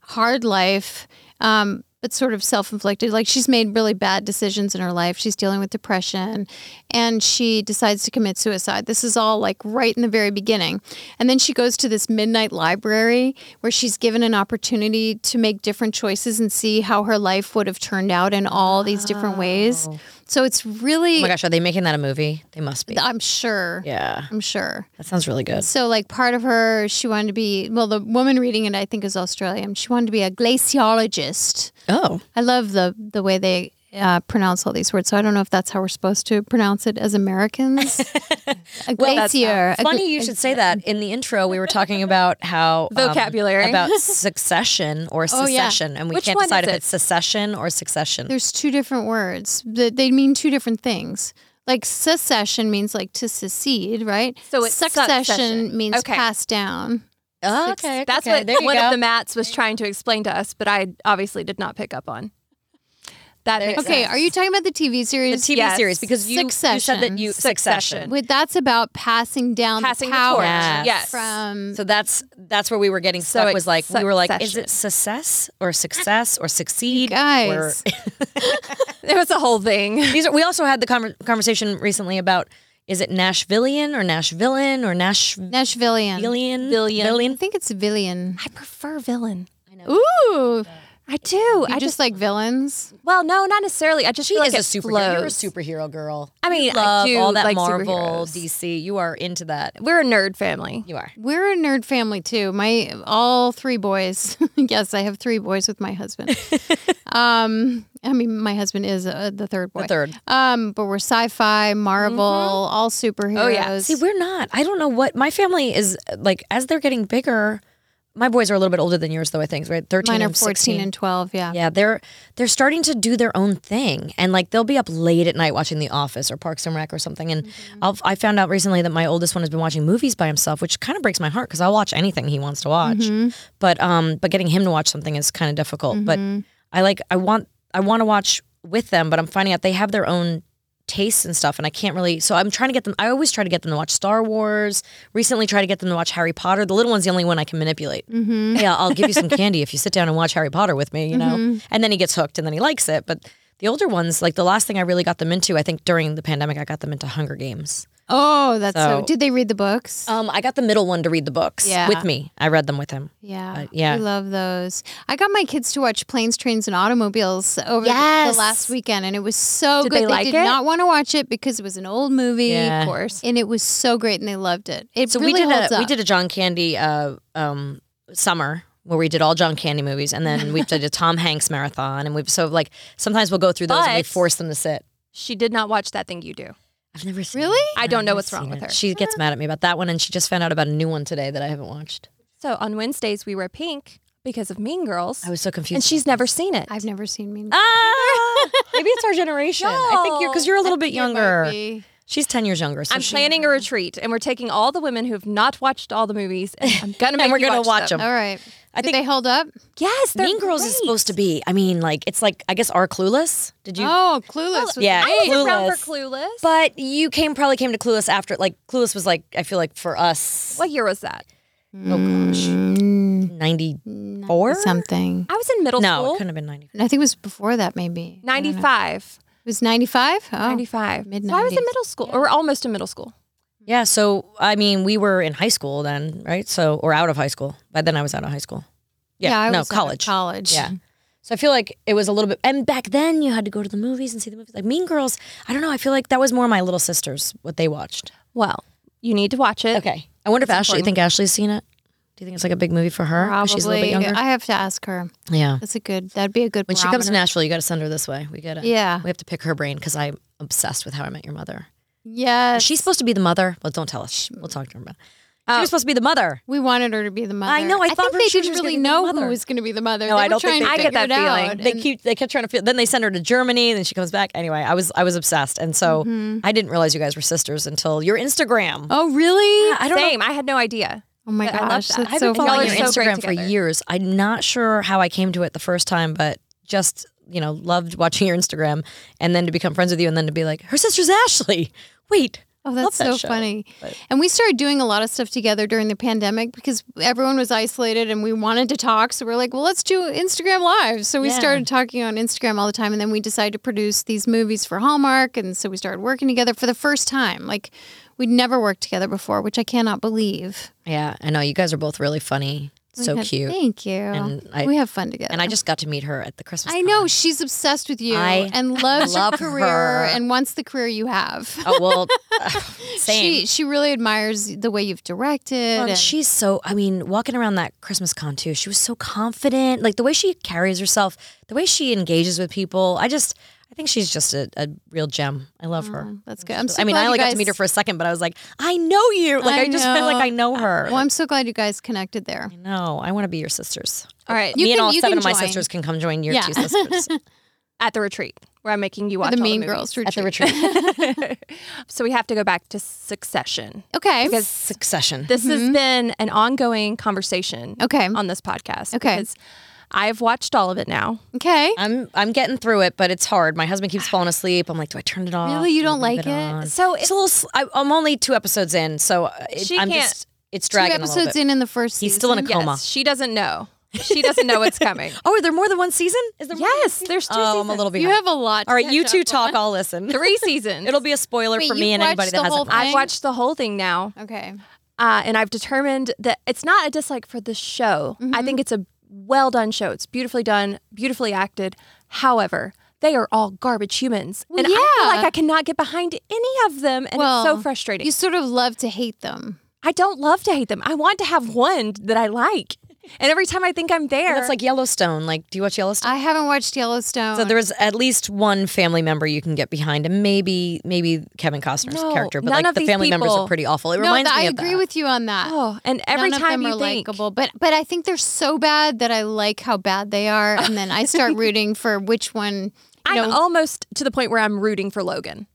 hard life, um, but sort of self inflicted. Like she's made really bad decisions in her life. She's dealing with depression, and she decides to commit suicide. This is all like right in the very beginning, and then she goes to this midnight library where she's given an opportunity to make different choices and see how her life would have turned out in all these different ways. So it's oh really. my gosh, are they making that a movie? They must be. I'm sure. Yeah, I'm sure. that sounds really good. So, like, part of her, she wanted to be, well, the woman reading it, I think, is Australian. She wanted to be a glaciologist. Oh, I love the, the way they uh, pronounce all these words. So, I don't know if that's how we're supposed to pronounce it as <laughs> Americans. a glacier. uh, a uh, funny gl- you should say that. In the intro, we were talking about how um, Vocabulary. <laughs> Oh, about succession or yeah. secession, and we Which can't one decide is if it? it's secession or succession. There's two different words, that they mean two different things. Like secession means like to secede, right? So it's succession succession. means Okay. passed down. Oh, okay, That's okay, what there you one go. of the mats was trying to explain to us, but I obviously did not pick up on. That makes Okay, sense. are you talking about the TV the series? TV Yes. series because you, you said that Succession. you Succession. succession. Wait, that's about passing down Passing the the power torch. Yes. <laughs> from So that's that's where we were getting So stuck. was like we were like, is succession. it success or success or succeed? guys. Or, There was a whole <laughs> thing. these are. We also had the conver- conversation recently about is it Nashvilleian or Nashvillian or Nashvillian? Nashvilleian. Billion. I think it's villain. I prefer villain. Ooh, I do. I I just like villains. well, no, not necessarily. I just She feel is like a it superhero. You're a flows. superhero girl. I mean, You love I do all that like Marvel, superheroes. DC. You are into that. We're a nerd family. You are. We're a nerd family too. My all three boys. <laughs> yes, I have three boys with my husband. um, I mean, my husband is uh, the third boy. The third. Um, but we're sci-fi, Marvel, all superheroes. Oh, yeah. See, we're not. I don't know what my family is like. As they're getting bigger, my boys are a little bit older than yours, though. I think right, thirteen mine are and fourteen 16. and twelve. Yeah. Yeah, they're they're starting to do their own thing, and like they'll be up late at night watching The Office or Parks and Rec or something. And I'll, I found out recently that my oldest one has been watching movies by himself, which kind of breaks my heart because I'll watch anything he wants to watch. Mm-hmm. But um, but getting him to watch something is kind of difficult. But I like I want I want to watch with them, but I'm finding out they have their own tastes and stuff and I can't really so I'm trying to get them I always try to get them to watch Star Wars recently try to get them to watch Harry Potter the little one's the only one I can manipulate yeah I'll give you some candy if you sit down and watch Harry Potter with me you know and then he gets hooked and then he likes it but the older ones like the last thing I really got them into I think during the pandemic I got them into Hunger Games Oh, that's so. So- Did they read the books? um I got the middle one to read the books Yeah. with me I read them with him Yeah, Uh, yeah. I love those. I got my kids to watch Planes, Trains, and Automobiles over the- Yes. the last weekend, and it was so Did good. they like did it? not want to watch it because it was an old movie, Yeah. Of course. and it was so great, and they loved it. It So really we did holds a up. we did a John Candy uh, um, summer where we did all John Candy movies, and then we did a Tom Hanks marathon, and we've so like sometimes we'll go through those and we But- force them to sit. She did not watch that thing you do. I've never seen Really? it. I don't I've know never what's wrong seen with it. her. She gets mad at me about that one, and she just found out about a new one today that I haven't watched. So on Wednesdays we wear pink because of Mean Girls, I was so confused. and she's never seen it. I've never seen Mean. ah, maybe it's our generation. I think you're because you're a little bit younger. She's ten years younger. So I'm she- planning a retreat, and we're taking all the women who have not watched all the movies, and I'm gonna make And we're you gonna watch watch them. All right. I I think- think they hold up. Yes, they're Mean Girls is great. supposed to be. I mean, like it's like I guess our Clueless. Did you? Oh, Clueless. was- yeah, I was around Clueless. for Clueless. But you came probably came to Clueless after like Clueless was like I feel like for us what year was that? oh gosh ninety four something. I was in middle Mm. no it school. couldn't have been ninety four I think it was before that, maybe. I don't know. 95. It was 95? Oh. 95. mid- So I was in 90s. middle school, or almost in middle school. yeah so I mean we were in high school then right so or out of high school by then I was out of high school yeah, I no was out of college College. yeah so I feel like it was a little bit and back then you had to go to the movies and see the movies like Mean Girls I don't know I feel like that was more my little sisters what they watched Well, you need to watch it. okay I wonder if Ashley you important. think Ashley's seen it do you think it's like a big movie for her 'Cause she's a little bit Probably. younger I have to ask her. yeah That's a good. That'd be a good. When she comes to barometer. Nashville, you got to send her this way. We get it. Yeah. We have to pick her brain because I'm obsessed with how I met your mother. Yes. She's supposed to be the mother. Well, don't tell us. We'll talk to her about it. She Oh. was supposed to be the mother. We wanted her to be the mother. know, I thought think for they sure didn't she was gonna really be the know mother. who was going to be the mother. No, they I were don't trying think to I get that figure it out. feeling. They and- keep they kept trying to feel. Then they send her to Germany, and then she comes back. Anyway, I was I was obsessed, and so I didn't realize you guys were sisters until your Instagram. Mm-hmm. oh, really? I don't know. Same. I had no idea. Oh my But I gosh, love that. that's so I've been I've been funny. following your Y'all are so great Instagram for together. years. I'm not sure how I came to it the first time, but just you know loved watching your Instagram, and then to become friends with you, and then to be like, her sister's Ashley. Wait, Oh, love that's that so show. funny. And we started doing a lot of stuff together during the pandemic because everyone was isolated and we wanted to talk. So we're like, well, let's do Instagram Live. So we Yeah. started talking on Instagram all the time. And then we decided to produce these movies for Hallmark. And so we started working together for the first time. Like, we'd never worked together before, which I cannot believe. Yeah, I know you guys are both really funny, so Yeah, cute, Oh Thank you. And I- we have fun together. and I just got to meet her at the Christmas. I time. know she's obsessed with you I <laughs> and loves love your career her. and wants the career you have. Oh <laughs> well, <laughs> same. She she really admires the way you've directed. Well, and and- she's so, I mean, walking around that Christmas con too, she was so confident. Like the way she carries herself, the way she engages with people. I just, I think she's just a, a real gem. I love her. That's good. Mm. I'm so I mean, glad I only you got guys, to meet her for a second, but I was like, I know you. Like, I, I just feel like know. I know her. Well, I'm so glad you guys connected there. no, I want to be your sisters. All right. You Me and can- all you seven can of my join. sisters can come join your Yeah. two <laughs> sisters At the retreat where I'm making you For watch the all Mean the movies. Girls at the retreat. retreat. So we have to go back to Succession. Okay. Succession. This has been an ongoing conversation mm-hmm. Okay. on this podcast. Okay. Because I've watched all of it now. okay. I'm I'm getting through it, but it's hard. My husband keeps falling asleep. I'm like, do I turn it off? Really? You Do I don't leave like it? on? So It's a little. sl- I, I'm only two episodes in, so uh, it, She I'm can't- just. It's Two dragging a little episodes bit. in in the first He's season. still in a coma. yes, she doesn't know. She doesn't know what's coming. <laughs> Oh, are there more than one season? Is there? more than one yes, season? there's two Oh, I'm seasons. a little You behind. have a lot. to All right, you catch two up talk. on. I'll <laughs> listen. three seasons. It'll be a spoiler Wait, for me and you've anybody watched that the hasn't. whole watched. I've watched the whole thing now. Okay. uh, and I've determined that it's not a dislike for the show. I Mm-hmm. think it's a well done show. It's beautifully done, beautifully acted. However, they are all garbage humans, and I feel yeah. like I cannot get behind any of them, and Well, it's so frustrating. You sort of love to hate them. I don't love to hate them. I want to have one that I like, and every time I think I'm there, That's like Yellowstone. Like, do you watch Yellowstone? I haven't watched Yellowstone. so there is at least one family member you can get behind, and maybe maybe Kevin Costner's No, character. But none like of the these family members people- are pretty awful. It no, reminds th- me I of agree that. with you on that. oh, and every None time of them you are think, likable, but but I think they're so bad that I like how bad they are, and then I <laughs> start rooting for which one. I'm almost to the point where I'm rooting for Logan.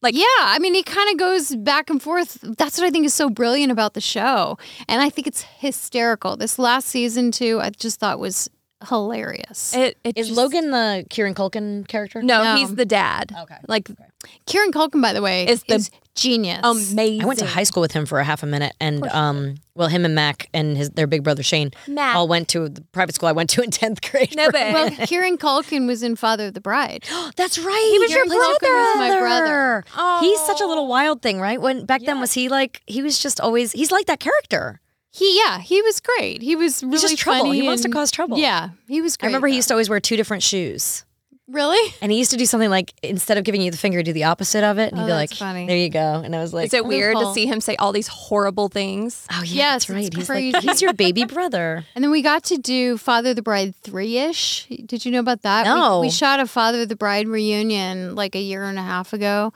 Like- yeah, I mean, it kind of goes back and forth. That's what I think is so brilliant about the show, and I think it's hysterical. This last season too, I just thought was hilarious. It, it Is just- Logan the Kieran Culkin character? No, No. he's the dad. Okay. Like Kieran Culkin, by the way, Is is, the- genius. um, amazing. I went to high school with him for a half a minute, and um, well, him and Mac and his their big brother Shane Mac. all went to the private school I went to in tenth grade. No, <laughs> but well, Kieran Culkin was in Father of the Bride. That's right. He was your brother. My brother. He's such a little wild thing, right? When back then was he like he was just always he's like that character. He, yeah, he was great. He was really just trouble. funny He wants to and- cause trouble. Yeah, he I was great. remember he though. used to always wear two different shoes. really. And he used to do something like instead of giving you the finger, do the opposite of it. And he'd Oh, be like, that's funny. There you go. And I was like, Is it weird to loophole. see him say all these horrible things? Oh yeah, Yes, that's right. it's He's like crazy. he's your baby brother. And then we got to do Father of the Bride 3 ish. Did you know about that? We- No. We, shot a Father of the Bride reunion like a year and a half ago.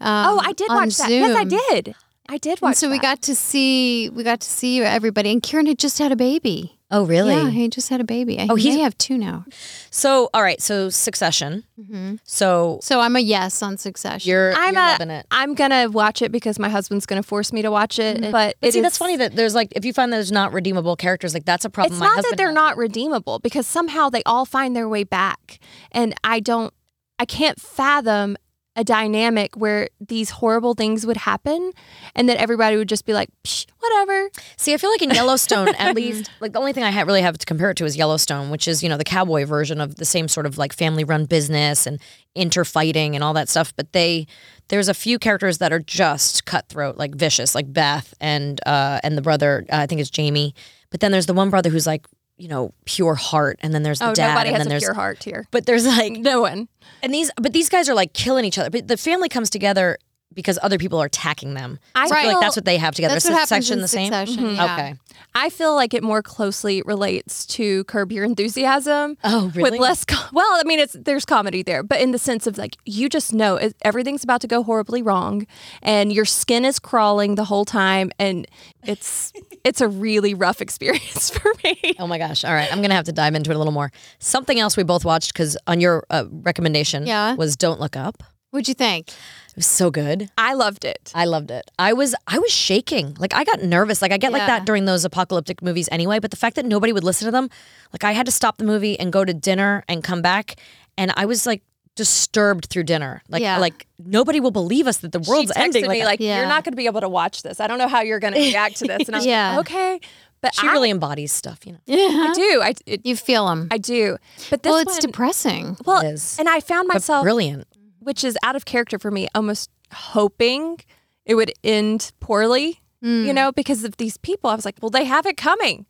Um, Oh, I did on watch that. Yes, I Zoom. did. I did watch. And so we that. got to see we got to see everybody. And Kieran had just had a baby. Oh really? Yeah, he just had a baby. Oh, he he's- may have two now. So all right, so succession. Mm-hmm. So So I'm a yes on Succession. you're I'm you're a- loving it. I'm gonna watch it because my husband's gonna force me to watch it. But, it See, that's is- funny that there's like if you find those not redeemable characters, like that's a problem. It's My not that husband they're has. not redeemable because somehow they all find their way back, and I don't. I can't fathom a dynamic where these horrible things would happen, and that everybody would just be like, Psh, whatever. See, I feel like in <laughs> Yellowstone, at least, like the only thing I ha- really have to compare it to is Yellowstone, which is you know the cowboy version of the same sort of like family-run business and interfighting and all that stuff. But they, there's a few characters that are just cutthroat, like vicious, like Beth and uh, and the brother, uh, I think it's Jamie. But then there's the one brother who's like you know pure heart, and then there's the Oh, dad, nobody and then has a there's pure heart here. but there's like No one. and these but these guys are like killing each other. But the family comes together because other people are attacking them. I So I feel feel- like that's what they have together. That's Is what this happens section in the same. Mm-hmm. Succession. Yeah. Okay. I feel like it more closely relates to Curb Your Enthusiasm. Oh, really? With less, co- well, I mean, it's there's comedy there, but in the sense of like you just know it, everything's about to go horribly wrong, and your skin is crawling the whole time, and <laughs> it's it's a really rough experience <laughs> for me. Oh my gosh. All right. I'm going to have to dive into it a little more. Something else we both watched because on your uh, recommendation Yeah. was Don't Look Up. What'd you think? It was so good. I loved it. I loved it. I was I was shaking. Like I got nervous. Like I get like Yeah. that during those apocalyptic movies anyway, but the fact that nobody would listen to them, like I had to stop the movie and go to dinner and come back and I was like disturbed through dinner. Like Yeah. like nobody will believe us that the world's she texted ending. me like Yeah. you're not going to be able to watch this. I don't know how you're <laughs> going to react to this, and I'm Yeah. like, okay, but she I really embodies stuff, you know. Yeah. do. I it, You feel them. I do. But this well, it's one- depressing. well, It is. and I found myself Brilliant. which is out of character for me, almost hoping it would end poorly, Mm, you know, because of these people. I was like, well, they have it coming.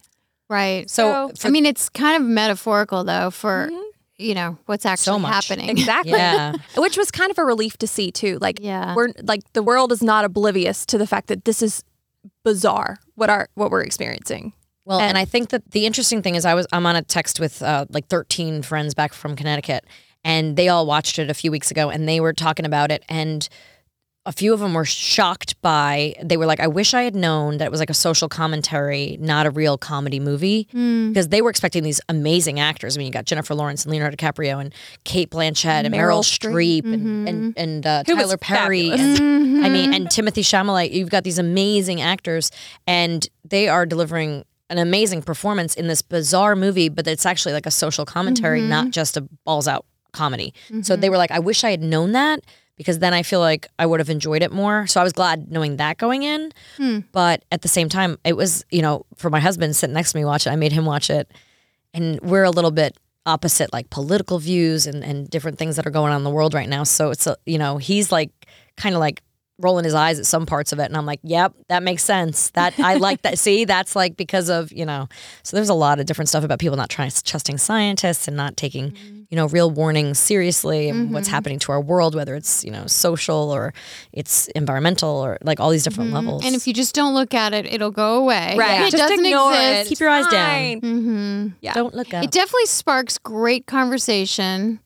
Right. So, So- for- Mm-hmm. I mean, it's kind of metaphorical though for you know what's actually much. happening. Exactly. Yeah. Which was kind of a relief to see too. Like Yeah. we're like the world is not oblivious to the fact that this is bizarre what our what we're experiencing. Well, and, I think that the interesting thing is I was I'm on a text with uh, like 13 friends back from Connecticut, and they all watched it a few weeks ago, and they were talking about it, and a few of them were shocked by they were like, I wish I had known that it was like a social commentary, not a real comedy movie, because they were expecting these amazing actors. I mean, you got Jennifer Lawrence and Leonardo DiCaprio and Kate Blanchett and Meryl, Meryl Streep and and, and uh, Who was Tyler Perry. fabulous. Mm-hmm. and- I mean, and Timothy Chalamet, you've got these amazing actors, and they are delivering an amazing performance in this bizarre movie, but it's actually like a social commentary, Mm-hmm. not just a balls out comedy. So they were like, I wish I had known that because then I feel like I would have enjoyed it more. So I was glad knowing that going in. Hmm. But at the same time, it was, you know, for my husband sitting next to me watch it, I made him watch it. And we're a little bit opposite like political views and, and different things that are going on in the world right now. So it's a, you know, he's like kind of like rolling his eyes at some parts of it and I'm like, "Yep, that makes sense. That I like <laughs> that. See, that's like because of, you know. So there's a lot of different stuff about people not trying trusting scientists and not taking, Mm-hmm. you know, real warnings seriously and what's happening to our world whether it's, you know, social or it's environmental or like all these different levels. Mm-hmm. And if you just don't look at it, it'll go away. Right. It Just doesn't ignore exist. it. Keep your eyes down. Fine. Yeah. don't look up. It definitely sparks great conversation.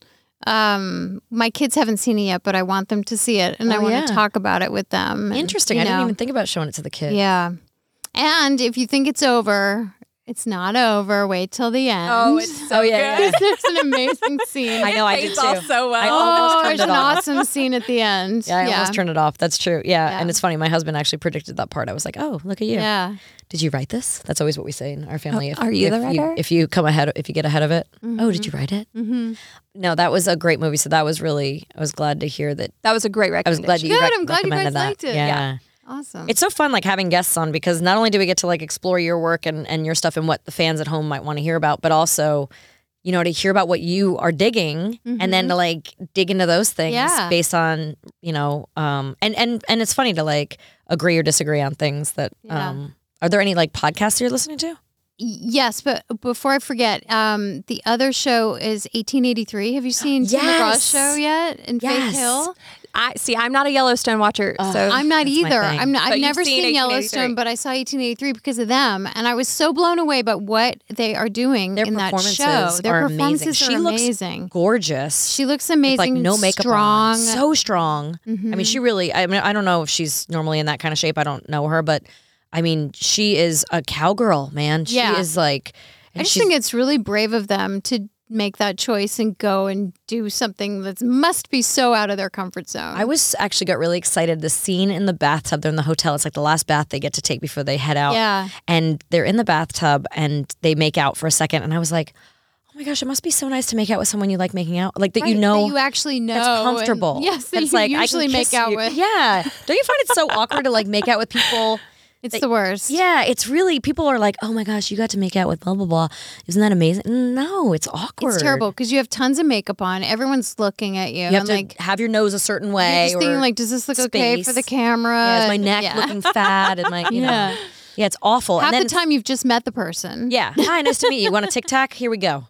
Um, my kids haven't seen it yet, but I want them to see it, and I Oh, want yeah. to talk about it with them. and, Interesting. you I didn't know. even think about showing it to the kids. Yeah. And if you think it's over, it's not over. Wait till the end. Oh, it's so Oh, yeah, good. yeah. <laughs> There's an amazing scene. I know <laughs> I did It's too. all so I well. almost oh, turned there's it an off. awesome scene at the <laughs> end. Yeah, I almost turned it off. That's true. Yeah. Yeah. And it's funny, my husband actually predicted that part. I was like, Oh, look at you. Yeah. Oh, Did you write this? That's always what we say in our family. If, are you if the writer? if you come ahead if you get ahead of it. Mm-hmm. Oh, did you write it? Mhm. No, that was a great movie. So that was really I was glad to hear that That was a great I was recommendation. glad you Good, rec- I'm glad you recommended guys that. liked it. Yeah. Yeah. Awesome. It's so fun like having guests on because not only do we get to like explore your work and, and your stuff and what the fans at home might want to hear about, but also, you know, to hear about what you are digging and then to like dig into those things Mm-hmm. Yeah. based on, you know, um and, and and it's funny to like agree or disagree on things that Yeah. um are there any like podcasts you're listening to? yes, but before I forget, um, the other show is 1883. Have you seen Tim Yes. McGraw's show yet? In Yes. Faith Hill? I see. I'm not a Yellowstone watcher, so I'm not That's my either. thing. I'm not, But I've you've never seen seen, 1883. Yellowstone, but I saw 1883 because of them, and I was so blown away by what they are doing Their in that performances show. Their are amazing. performances She are looks amazing. Gorgeous. She looks with, amazing. like no makeup strong. Mm-hmm. on, so strong. I mean, she really. I mean, I don't know if she's normally in that kind of shape. I don't know her, but I mean, she is a cowgirl, man. She Yeah. is like. I and just she's- think it's really brave of them to make that choice and go and do something that must be so out of their comfort zone. I was actually got really excited. The scene in the bathtub, they're in the hotel. It's like the last bath they get to take before they head out. Yeah. And they're in the bathtub and they make out for a second. And I was like, oh my gosh, it must be so nice to make out with someone you like making out, like that Right, you know. you actually know that's and- comfortable. <laughs> yes, that that's you like I can usually make kiss out you. with. Yeah, don't you find it so awkward to like make out with people It's the worst. Yeah, it's really people are like, "Oh my gosh, you got to make out with blah blah blah." Isn't that amazing? No, it's awkward. It's terrible because you have tons of makeup on. Everyone's looking at you, You have and to like have your nose a certain way. you're just thinking, or- like, does this look okay for the space. camera? yeah, is my And- neck yeah. looking fat and <laughs> like you Yeah. know, yeah, it's awful. Half and then the time you've just met the person. yeah, hi, nice to meet you. Want a Tic Tac? Here we go.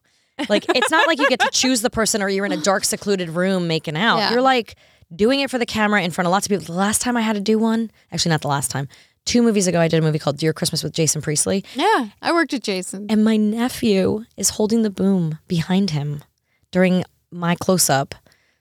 Like it's not like you get to choose the person or you're in a dark, secluded room making out. Yeah. You're like doing it for the camera in front of lots of people. The last time I had to do one, actually, not the last time, two movies ago, I did a movie called Dear Christmas with Jason Priestley. Yeah, I worked at Jason. And my nephew is holding the boom behind him during my close up.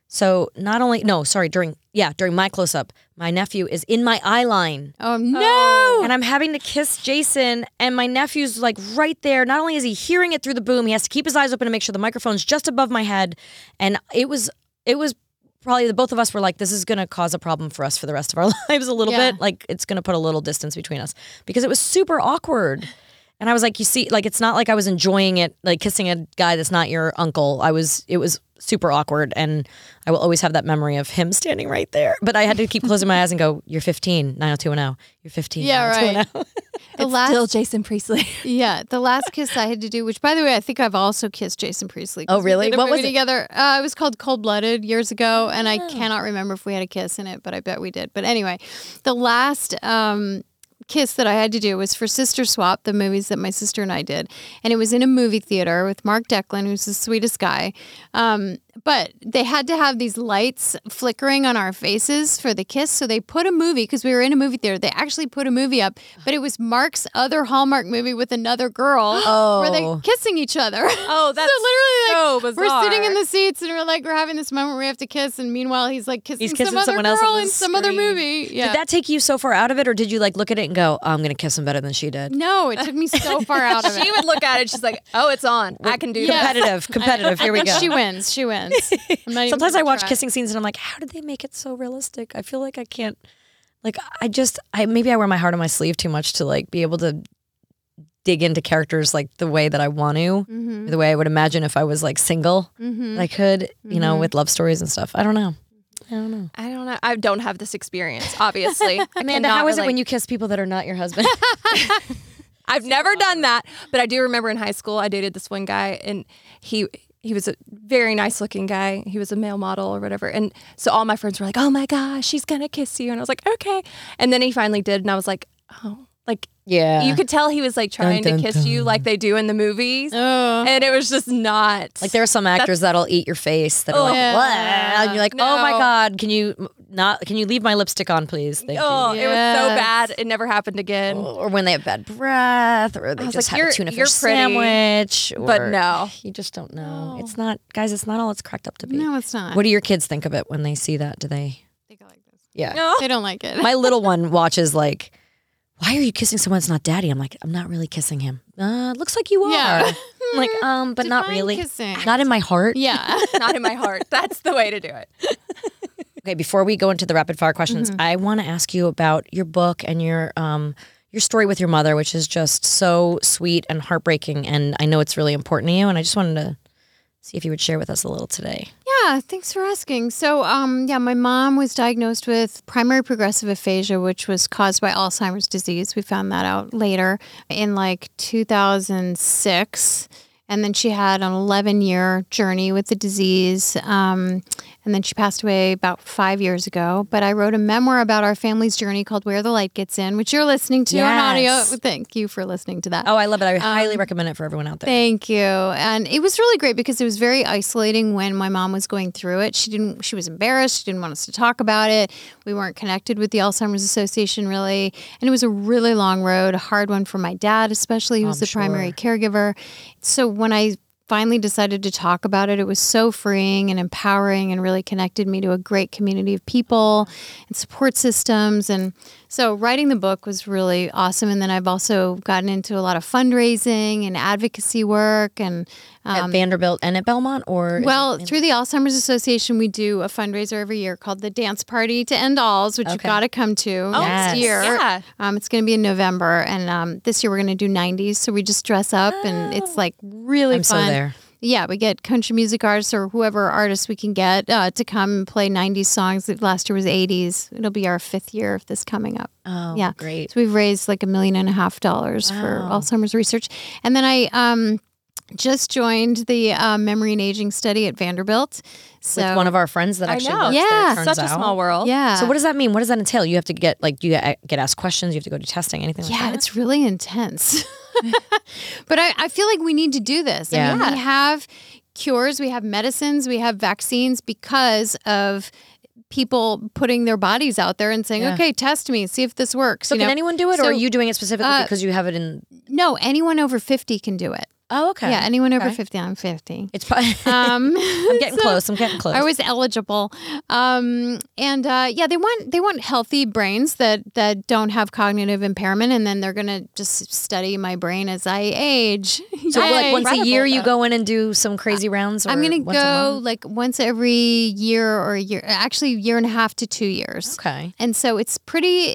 So not only, no, sorry, during, yeah, during my close up, my nephew is in my eye line. Oh no! And I'm having to kiss Jason, and my nephew's like right there. Not only is he hearing it through the boom, he has to keep his eyes open to make sure the microphone's just above my head. And it was, it was probably the both of us were like, this is going to cause a problem for us for the rest of our <laughs> lives a little Yeah. bit. Like it's going to put a little distance between us because it was super awkward. And I was like, you see, like it's not like I was enjoying it, like kissing a guy that's not your uncle. I was, it was super awkward, and I will always have that memory of him standing right there. But I had to keep closing my eyes and go, "You're oh 15, 90210. You're 15, Yeah, right. <laughs> 90210." The last, Still Jason Priestley. yeah, the last kiss I had to do, which by the way, I think I've also kissed Jason Priestley. 'cause Oh, really? We did a What was movie it? Oh. together? Uh, it was called Cold Blooded years ago, and I cannot remember if we had a kiss in it, but I bet we did. But anyway, the last um, kiss that I had to do was for Sister Swap, the movies that my sister and I did, and it was in a movie theater with Mark Declan, who's the sweetest guy. Um, but they had to have these lights flickering on our faces for the kiss, so they put a movie because we were in a movie theater. They actually put a movie up, but it was Mark's other Hallmark movie with another <gasps> girl where they're Oh. kissing each other. <laughs> Oh, that's literally, <laughs> so We're sitting bizarre. in the seats and we're like, we're having this moment where we have to kiss, and meanwhile he's like kissing, He's kissing some other someone else on girl the in some other screen. movie. Yeah. Did that take you so far out of it, or did you like look at it and go, "Oh, "I'm gonna kiss him better than she did"? no, it took <laughs> me so far out of it. <laughs> she would look at it. She's like, "Oh, it's on. I can do Yeah. that." <laughs> Competitive, competitive. Here we But go. She wins. <laughs> She wins. I'm not even Sometimes I gonna watch try. kissing scenes and I'm like, how did they make it so realistic? I feel like I can't, like, I just, I maybe I wear my heart on my sleeve too much to like be able to dig into characters like the way that I want to, Mm-hmm. the way I would imagine if I was like single, I could, you Mm-hmm. know, with love stories and stuff. I don't know. I don't know. I don't know. I don't have this experience, <laughs> obviously. Amanda, how is it when you kiss people that are not your <laughs> husband? <laughs> I've never done that, but I do remember in high school I dated this one guy and he he was a very nice looking guy. He was a male model or whatever. And so all my friends were like, "Oh my gosh, she's going to kiss you." And I was like, "Okay." And then he finally did and I was like, "Oh, like yeah. you could tell he was like trying dun, Uh-huh. to kiss you like they do in the movies." Oh. And it was just not like there are some actors that'll eat your face that are like, Yeah. "Blah," and you're like, oh my Oh, No. god, can you m- not? Can you leave my lipstick on, please? Thank you." Oh, it was so Yes. bad. It never happened again. or when they have bad breath, or they was just like, had "You're- a tuna you're fish pretty, sandwich. but or- no. you just don't know. It's not, guys. It's not all it's cracked up to be. No, it's not. What do your kids think of it when they see that? Do they? They go like this. Yeah. No. They don't <gasps> like it. My <laughs> little one watches like, why are you kissing someone that's not daddy? I'm like, I'm not really kissing him. Uh, looks like you are. Yeah. <laughs> I'm like, um, <laughs> but not Define really. kissing. Not in my heart. <laughs> yeah. Not in my heart. That's the way to do it. Okay, before we go into the rapid fire questions, I want to ask you about your book and your um your story with your mother, which is just so sweet and heartbreaking. And I know it's really important to you. And I just wanted to see if you would share with us a little today. Yeah, thanks for asking. So, um, yeah, my mom was diagnosed with primary progressive aphasia, which was caused by Alzheimer's disease. We found that out later in like 2006. And then she had an 11 year journey with the disease. Um, and then she passed away about five years ago. But I wrote a memoir about our family's journey called Where the Light Gets In, which you're listening to on Yes. audio. Thank you for listening to that. Oh, I love it. I highly recommend it for everyone out there. Thank you. And it was really great because it was very isolating when my mom was going through it. She didn't she was embarrassed. She didn't want us to talk about it. We weren't connected with the Alzheimer's Association really. And it was a really long road, a hard one for my dad, especially who was the primary caregiver. So when I finally decided to talk about it, it was so freeing and empowering and really connected me to a great community of people and support systems. And so writing the book was really awesome. And then I've also gotten into a lot of fundraising and advocacy work and um, at Vanderbilt and at Belmont, or well, through the Alzheimer's Association, we do a fundraiser every year called the Dance Party to End Alls, which you've Okay. got to come to yes. next year. Yeah. Um, it's going to be in November, and um, this year we're going to do 90s. So we just dress up, and it's like really I'm so fun. there. Yeah, we get country music artists or whoever artists we can get uh, to come and play 90s songs. Last year was 80s. It'll be our fifth year of this coming up. oh, yeah. great. So we've raised like a million and a half dollars for Alzheimer's research. And then I um, just joined the uh, memory and aging study at Vanderbilt. So With one of our friends that actually know. works Yeah. there, it turns Such a out. small world. yeah. So what does that mean? What does that entail? You have to get like do you get asked questions? You have to go to testing, anything like that? Yeah, it's really intense. <laughs> but I, I feel like we need to do this. I mean, Yeah. we have cures, we have medicines, we have vaccines because of people putting their bodies out there and saying, Yeah. okay, test me, see if this works. So you can know? anyone do it, or are So, you doing it specifically uh, because you have it in? no, anyone over 50 can do it. Oh, okay. Yeah, anyone over Okay. 50. <laughs> I'm 50. It's. <laughs> Probably, Um, I'm getting close. I'm getting close. I was eligible, um, and uh, yeah, they want they want healthy brains that that don't have cognitive impairment, and then they're gonna just study my brain as I age. <laughs> so like Yay. once a year, you though. go in and do some crazy rounds. Or I'm gonna once a go month? like once every year or a year, actually year and a half to two years. Okay. And so it's pretty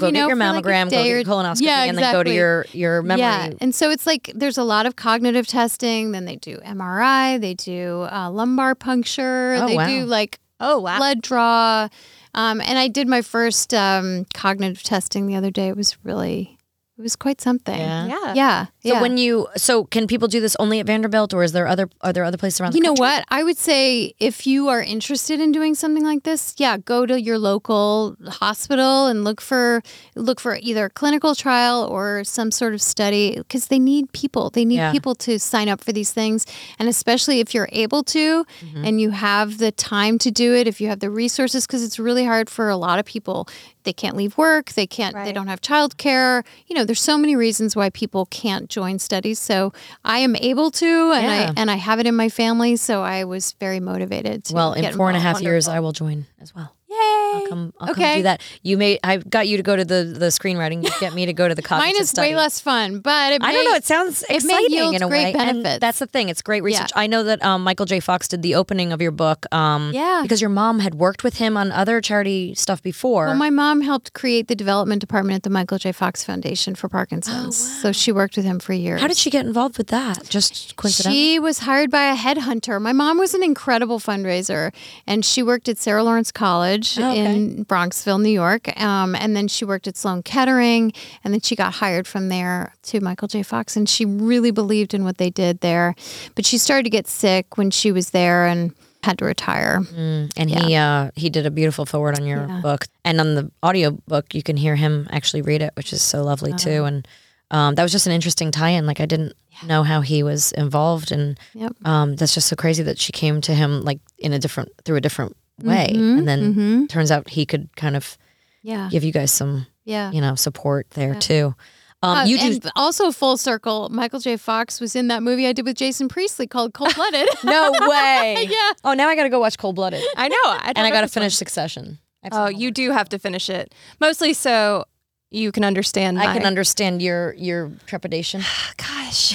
So go you know, get your for, like, a mammogram, go get day your or- colonoscopy, Yeah, and then go to exactly. your your memory. Yeah, and so it's like there's a lot of cognitive testing. Then they do MRI, they do uh, lumbar puncture, Oh, they wow. do like Oh wow. blood draw. Um, and I did my first um, cognitive testing the other day. It was really, it was quite something. Yeah. Yeah. Yeah. So yeah. when you so can people do this only at Vanderbilt or is there other are there other places around? you the know country? what? I would say if you are interested in doing something like this, yeah, go to your local hospital and look for look for either a clinical trial or some sort of study because they need people. They need Yeah. people to sign up for these things, and especially if you're able to Mm-hmm. and you have the time to do it, if you have the resources because it's really hard for a lot of people. They can't leave work, they can't they Right. don't have childcare. You know, there's so many reasons why people can't join studies. So, I am able to and Yeah. I and I have it in my family, so I was very motivated. To Well, in get four and a half involved. years, I will join as well. Yay. I'll come. I'll come Okay. do that. You may. I got you to go to the the screenwriting. You get me to go to the cognitive <laughs> Mine is study. way less fun, but it I don't may- know. It sounds it may exciting yield in a great way. benefits. And that's the thing. It's great research. I know that um, Michael J. Fox did the opening of your book. Um, Yeah. Because your mom had worked with him on other charity stuff before. Well, my mom helped create the development department at the Michael J. Fox Foundation for Parkinson's, so she worked with him for years. Oh, How did she get involved with that? Just coincidentally. She was hired by a headhunter. My mom was an incredible fundraiser, and she worked at Sarah Lawrence College Oh, in Bronxville, New York. Um, and then she worked at Sloan Kettering, and then she got hired from there to Michael J. Fox. And she really believed in what they did there. But she started to get sick when she was there and had to retire. Mm. and he uh, he did a beautiful forward on your book and on the audio book you can hear him actually read it which is so lovely too and um, that was just an interesting tie-in like i didn't know how he was involved and Yep. um, that's just so crazy that she came to him like in a different through a different way Mm-hmm. and then turns out he could kind of Yeah. give you guys some Yeah. you know support there too um, Uh, you do and also full circle. Michael J. Fox was in that movie I did with Jason Priestley called Cold Blooded. <laughs> <laughs> no way Yeah. oh now i gotta go watch cold-blooded I know. <laughs> I and i gotta to finish succession I've Oh, seen all you do have to finish it. Mostly so you can understand. I can my- understand your your <sighs> trepidation. <laughs> Gosh.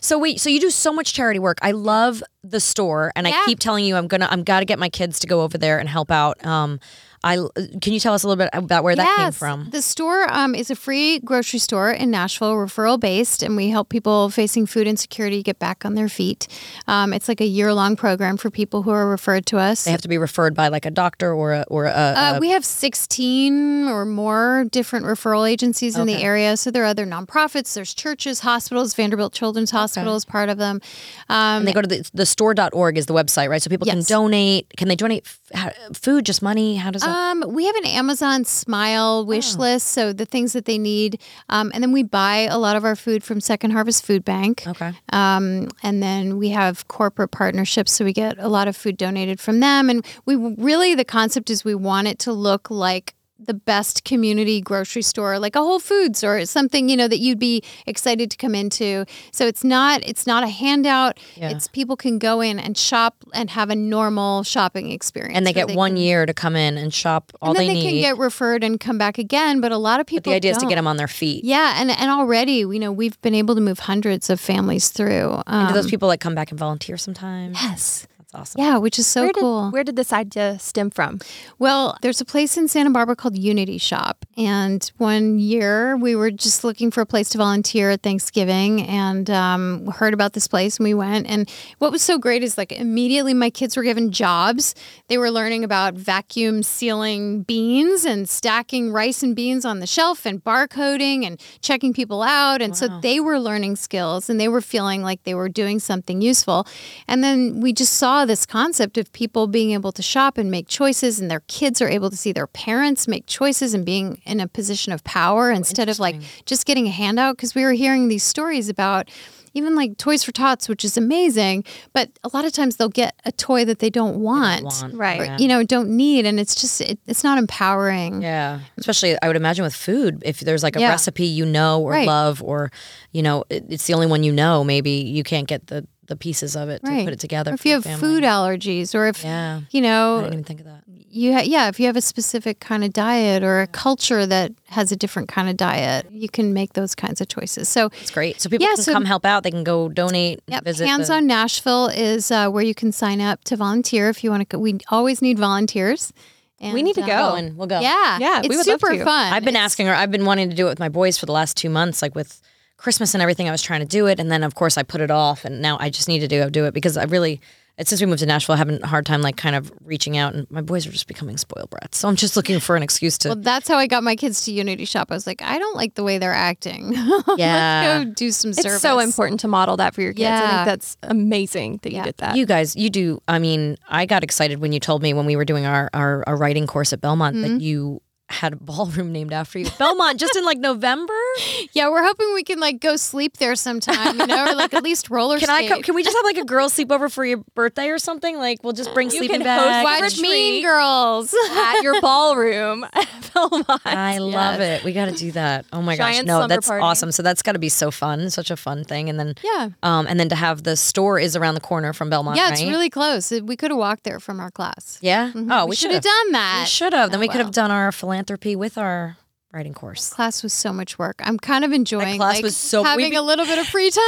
So wait, so you do so much charity work. I love the store, and I Yeah. keep telling you I'm gonna I'm gotta get my kids to go over there and help out. Um, I can you tell us a little bit about where that came Yes. from? The store um, is a free grocery store in Nashville, referral based, and we help people facing food insecurity get back on their feet. Um, it's like a year long program for people who are referred to us. They have to be referred by like a doctor or a or a. Uh, we have 16 or more different referral agencies in the area. So there are other nonprofits, there's churches, hospitals, Vanderbilt Children's Hospital is part of them. Oh. Um, and they go to the, the store.org is the website, right? So people Yes. can donate. Can they donate f- how- food, just money? How does that? Um, we have an Amazon Oh. Smile wish list, so the things that they need, um, and then we buy a lot of our food from Second Harvest Food Bank. Okay. Um, and then we have corporate partnerships, so we get a lot of food donated from them. And we really the concept is we want it to look like the best community grocery store like a whole foods or something you know that you'd be excited to come into so it's not it's not a handout Yeah. it's people can go in and shop and have a normal shopping experience and they where get one can- year to come in and shop all and then they, they, need. can get referred and come back again. But a lot of people. the idea is to don't. get them on their feet. Yeah, and and already you know we've been able to move hundreds of families through. Um, Do those people like come back and volunteer sometimes? yes. That's awesome. Yeah, which is so where did, cool. Where did this idea stem from? Well, there's a place in Santa Barbara called Unity Shop. And one year we were just looking for a place to volunteer at Thanksgiving and um, heard about this place and we went. And what was so great is like immediately my kids were given jobs. They were learning about vacuum sealing beans and stacking rice and beans on the shelf and barcoding and checking people out. And so they were learning skills and they were feeling like they were doing something useful. And then we just saw this concept of people being able to shop and make choices, and their kids are able to see their parents make choices and being in a position of power Oh, instead of like just getting a handout. Because we were hearing these stories about even like Toys for Tots, which is amazing, but a lot of times they'll get a toy that they don't want, want, right? yeah. You know, don't need, and it's just it, it's not empowering. Yeah. Especially, I would imagine with food, if there's like a Yeah. recipe you know or Right. love, or, you know, it, it's the only one you know, maybe you can't get the, the pieces of it to Right. put it together. Or if for you your family. have food allergies, or if Yeah. I you didn't know even think of that. you ha- yeah, if you have a specific kind of diet or a culture that has a different kind of diet, you can make those kinds of choices. So It's great. So people Yeah, can so- come help out. They can go donate, Yep. visit. Hands the- on Nashville is uh, where you can sign up to volunteer if you want to. go. We always need volunteers. And, We need to uh, go. Going. We'll go. Yeah, Yeah, we Uh, It's would love super to. fun. I've been asking her. I've been wanting to do it with my boys for the last two months, like with Christmas and everything. I was trying to do it, and then of course I put it off, and now I just need to do do it because I really. and Since we moved to Nashville, I'm having a hard time like kind of reaching out, and my boys are just becoming spoiled brats. So I'm just looking for an excuse to Well, <laughs> that's how I got my kids to Unity Shop. I was like, I don't like the way they're acting. <laughs> Yeah. Let's go do some It's service. so important to model that for your kids. I Yeah. think that's amazing that you did that. You guys, you do. I mean, I got excited when you told me when we were doing our our, our writing course at Belmont that you had a ballroom named after you. Belmont, just in like November. Yeah, we're hoping we can like go sleep there sometime, you know, or like <laughs> at least roller Can I? skate. Come, can we just have like a girl sleepover for your birthday or something? Like we'll just bring sleeping can bags. host Watch retreat? Mean Girls. <laughs> <laughs> at your ballroom <laughs> at Belmont. I love it. We got to do that. Oh my gosh. Giant No, slumber that's party. awesome. So that's got to be so fun. Such a fun thing. And then Yeah. um and then to have the store is around the corner from Belmont, Yeah, right? it's really close. We could have walked there from our class. yeah. Oh, we, we should should have have done We that. should have. Then Oh, we could have well. done our philanthropy with our writing <laughs> course. Class was so much work. I'm kind of enjoying class like, was so- having we- a little bit of <laughs> free time.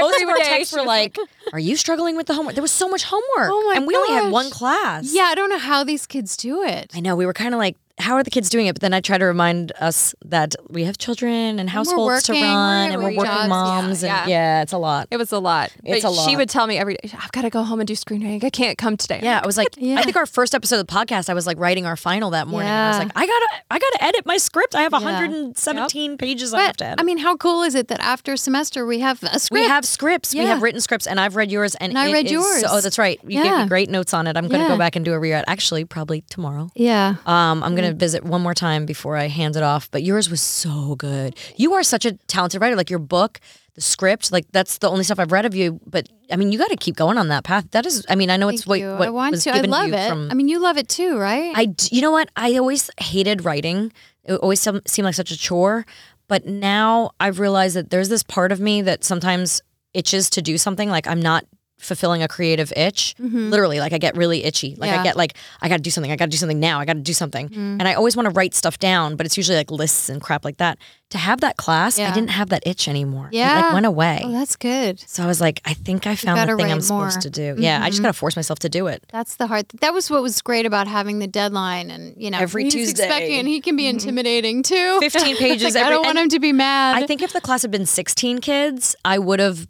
Most of our day texts she were was like, <laughs> "Are you struggling with the homework?" There was so much homework, Oh my and we only had gosh. one class. yeah, I don't know how these kids do it. I know. We were kind of like, "How are the kids doing it?" But then I try to remind us that we have children and households working, to we're run, at and we're our working jobs. Yeah, moms, and yeah. it's a lot. It was a lot. It's but a She lot. would tell me every day, I've got to go home and do screenwriting. I can't come today. Yeah, I was like, <laughs> Yeah. I think our first episode of the podcast, I was like writing our final that morning. and I was Yeah. like, I gotta, I gotta edit my script. I have Yeah. 117 pages I have But to edit. I mean, how cool is it that after a semester we have a we script? have scripts. We Yeah. have written scripts, and I've read yours, and, And I it read is yours. So, oh, that's right. You gave Yeah. me great notes on it. I'm gonna go Yeah. back and do a reread. Actually, probably tomorrow. yeah. Um, I'm Mm. gonna visit one more time before I hand it off. But yours was so good. You are such a talented writer. Like your book, the script, like that's the only stuff I've read of you. But I mean, you got to keep going on that path. That is, I mean, I know it's Thank what, you. what I want was to. I given love you it. from I mean, you love it too, right? I, d- you know what? I always hated writing. It always some, seemed like such a chore. But now I've realized that there's this part of me that sometimes itches to do something. Like I'm not fulfilling a creative itch. Literally, like I get really itchy. Like I Mm-hmm. Yeah. Mm-hmm. get like I got to do something. I got to do something now. I got to do something. And I always want to write stuff down, but it's usually like lists and crap like that. To have that class, I Yeah. didn't have that itch anymore. it like Yeah. went away. oh, that's good. so I was like, I think I found the gotta thing I'm write supposed more. Mm-hmm. to do. Yeah, I just gotta force myself to do <laughs> it. That's the hard. That was what was great about having the deadline, and you know, Every he's Tuesday. expecting, and he can be intimidating too. 15 pages Like, I every- don't want and- him to be mad. I think if the class had been 16 kids, I would have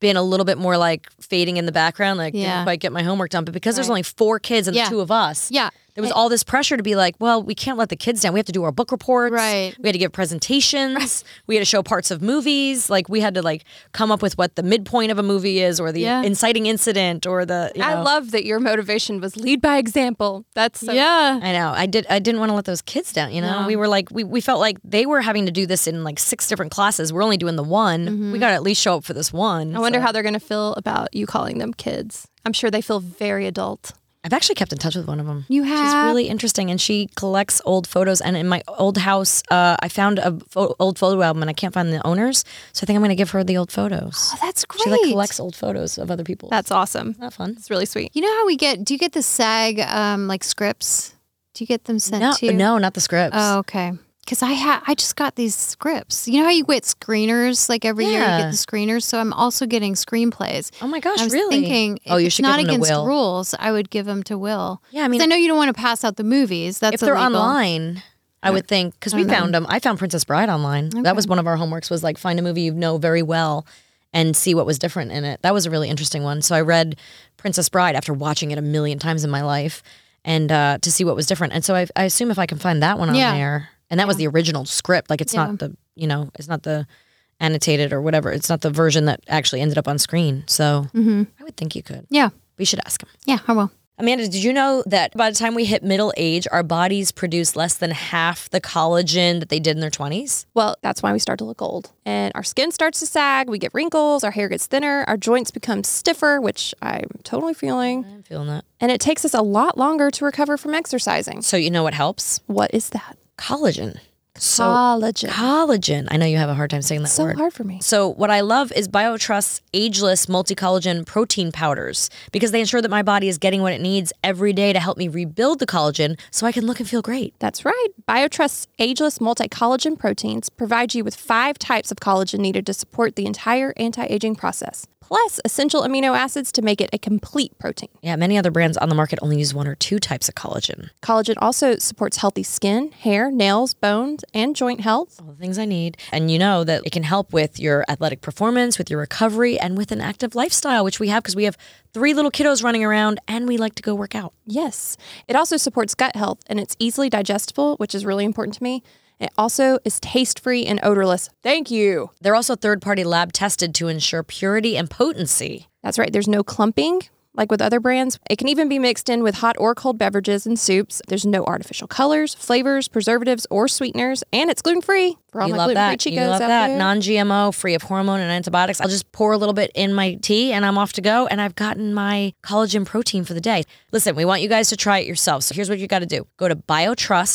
been a little bit more like fading in the background, like Yeah. yeah. if I get my homework done. But because there's Right. only four kids and the Yeah. two of us, yeah, there was all this pressure to be like, well, we can't let the kids down. We have to do our book reports. Right. We had to give presentations. We had to show parts of movies. Like we had to like come up with what the midpoint of a movie is, or the Yeah. inciting incident, or the. you I know. love that your motivation was lead by example. That's so yeah. I know. I did. I didn't want to let those kids down. You know, we were like, we, we felt like they were having to do this in like six different classes. We're only doing the one. Mm-hmm. We got to at least show up for this one. I wonder how they're going to feel about you calling them kids. I'm sure they feel very adult. I've actually kept in touch with one of them. You She's have really interesting, and she collects old photos. And in my old house, uh, I found a pho- old photo album, and I can't find the owners, so I think I'm going to give her the old photos. Oh, that's great. She like collects old photos of other people. That's awesome. not fun. It's really sweet. You know how we get? Do you get the SAG um, like scripts? Do you get them sent No, to? you? no, not the scripts. Oh, okay. Because I ha- I just got these scripts. You know how you get screeners like every year you Yeah. get the screeners. So I'm also getting screenplays. Oh my gosh, I was really? thinking, if oh, you it's should not give them against to Will. rules, I would give them to Will. Yeah, I 'Cause mean, I know you don't want to pass out the movies. That's if they're illegal. online i would think because we found them i found princess bride online that was one of our homeworks was like find a movie you know very well and see what was different in it that was a really interesting one so i read princess bride after watching it a million times in my life and uh, to see what was different and so I, I assume if i can find that one on Yeah. there and that was the original script like it's not the you know it's not the Mm-hmm. annotated or whatever it's not the version that actually ended up on screen so i would think you could Yeah. But you should ask him. Yeah, I will. Amanda, did you know that by the time we hit middle age, our bodies produce less than half the collagen that they did in their 20s? Well, that's why we start to look old. And our skin starts to sag, we get wrinkles, our hair gets thinner, our joints become stiffer, which I'm totally feeling. I'm feeling that. And it takes us a lot longer to recover from exercising. So, you know what helps? What is that? Collagen. So, Collagen. collagen. I know you have a hard time saying that so word. hard for me. So what I love is BioTrust's ageless multi-collagen protein powders because they ensure that my body is getting what it needs every day to help me rebuild the collagen so I can look and feel great. That's right. BioTrust's ageless multi collagen proteins provide you with five types of collagen needed to support the entire anti aging process, plus essential amino acids to make it a complete protein. Yeah, many other brands on the market only use one or two types of collagen. Collagen also supports healthy skin, hair, nails, bones, and joint health. All the things I need. And you know that it can help with your athletic performance, with your recovery, and with an active lifestyle, which we have because we have three little kiddos running around and we like to go work out. Yes. It also supports gut health and it's easily digestible, which is really important to me. It also is taste free and odorless. Thank you. They're also third-party lab tested to ensure purity and potency. That's right. There's no clumping like with other brands. It can even be mixed in with hot or cold beverages and soups. There's no artificial colors, flavors, preservatives, or sweeteners, and it's gluten free. For all You my love gluten-free that. chicos you love out that. there. Non-GMO, free of hormone and antibiotics. I'll just pour a little bit in my tea and I'm off to go and I've gotten my collagen protein for the day. Listen, we want you guys to try it yourselves. So here's what you got to do. Go to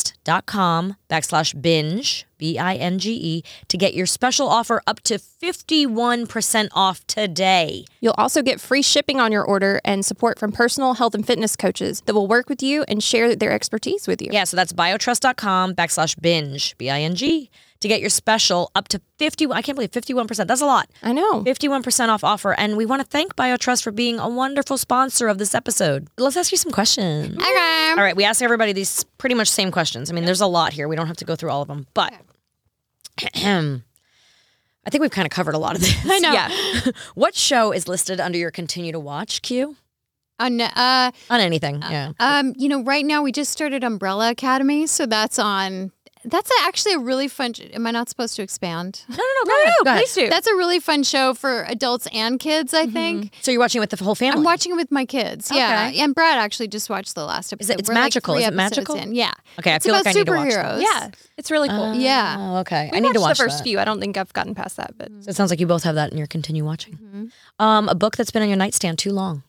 biotrust.com backslash binge, B-I-N-G-E, E, to get your special offer up to 51% off today. You'll also get free shipping on your order and support from personal health and fitness coaches that will work with you and share their expertise with you. Yeah, so that's biotrust.com backslash binge, B-I-N-G, to get your special up to 50, I can't believe 51%. That's a lot. I know. 51% off offer. And we want to thank BioTrust for being a wonderful sponsor of this episode. Let's ask you some questions. Mm-hmm. Okay. All right, we ask everybody these pretty much same questions. I mean, there's a lot here. We don't have to go through all of them, but <clears throat> I think we've kind of covered a lot of this. I know. Yeah. <laughs> what show is listed under your continue to watch queue? On, uh, On anything. yeah. um, you know, right now we just started Umbrella Academy, so that's on. That's actually a really fun. Am I not supposed <laughs> to expand? No, no, no. Go ahead. go ahead. Please do. That's a really fun show for adults and kids. Mm-hmm. I think So you're watching it with the whole family? I'm watching it with my kids. Yeah, and Brad actually just watched the last episode. Is it- it's We're, like, magical. three Is it episodes magical? in. Yeah. Okay, I It's feel about like I need to watch that. superheroes. yeah, it's really cool. Yeah. Oh, okay. We I need to watch watched the first that. few. I don't think I've gotten past that, but So it sounds like you both have that in your continue watching. Mm-hmm. Um, a book that's been on your nightstand too long.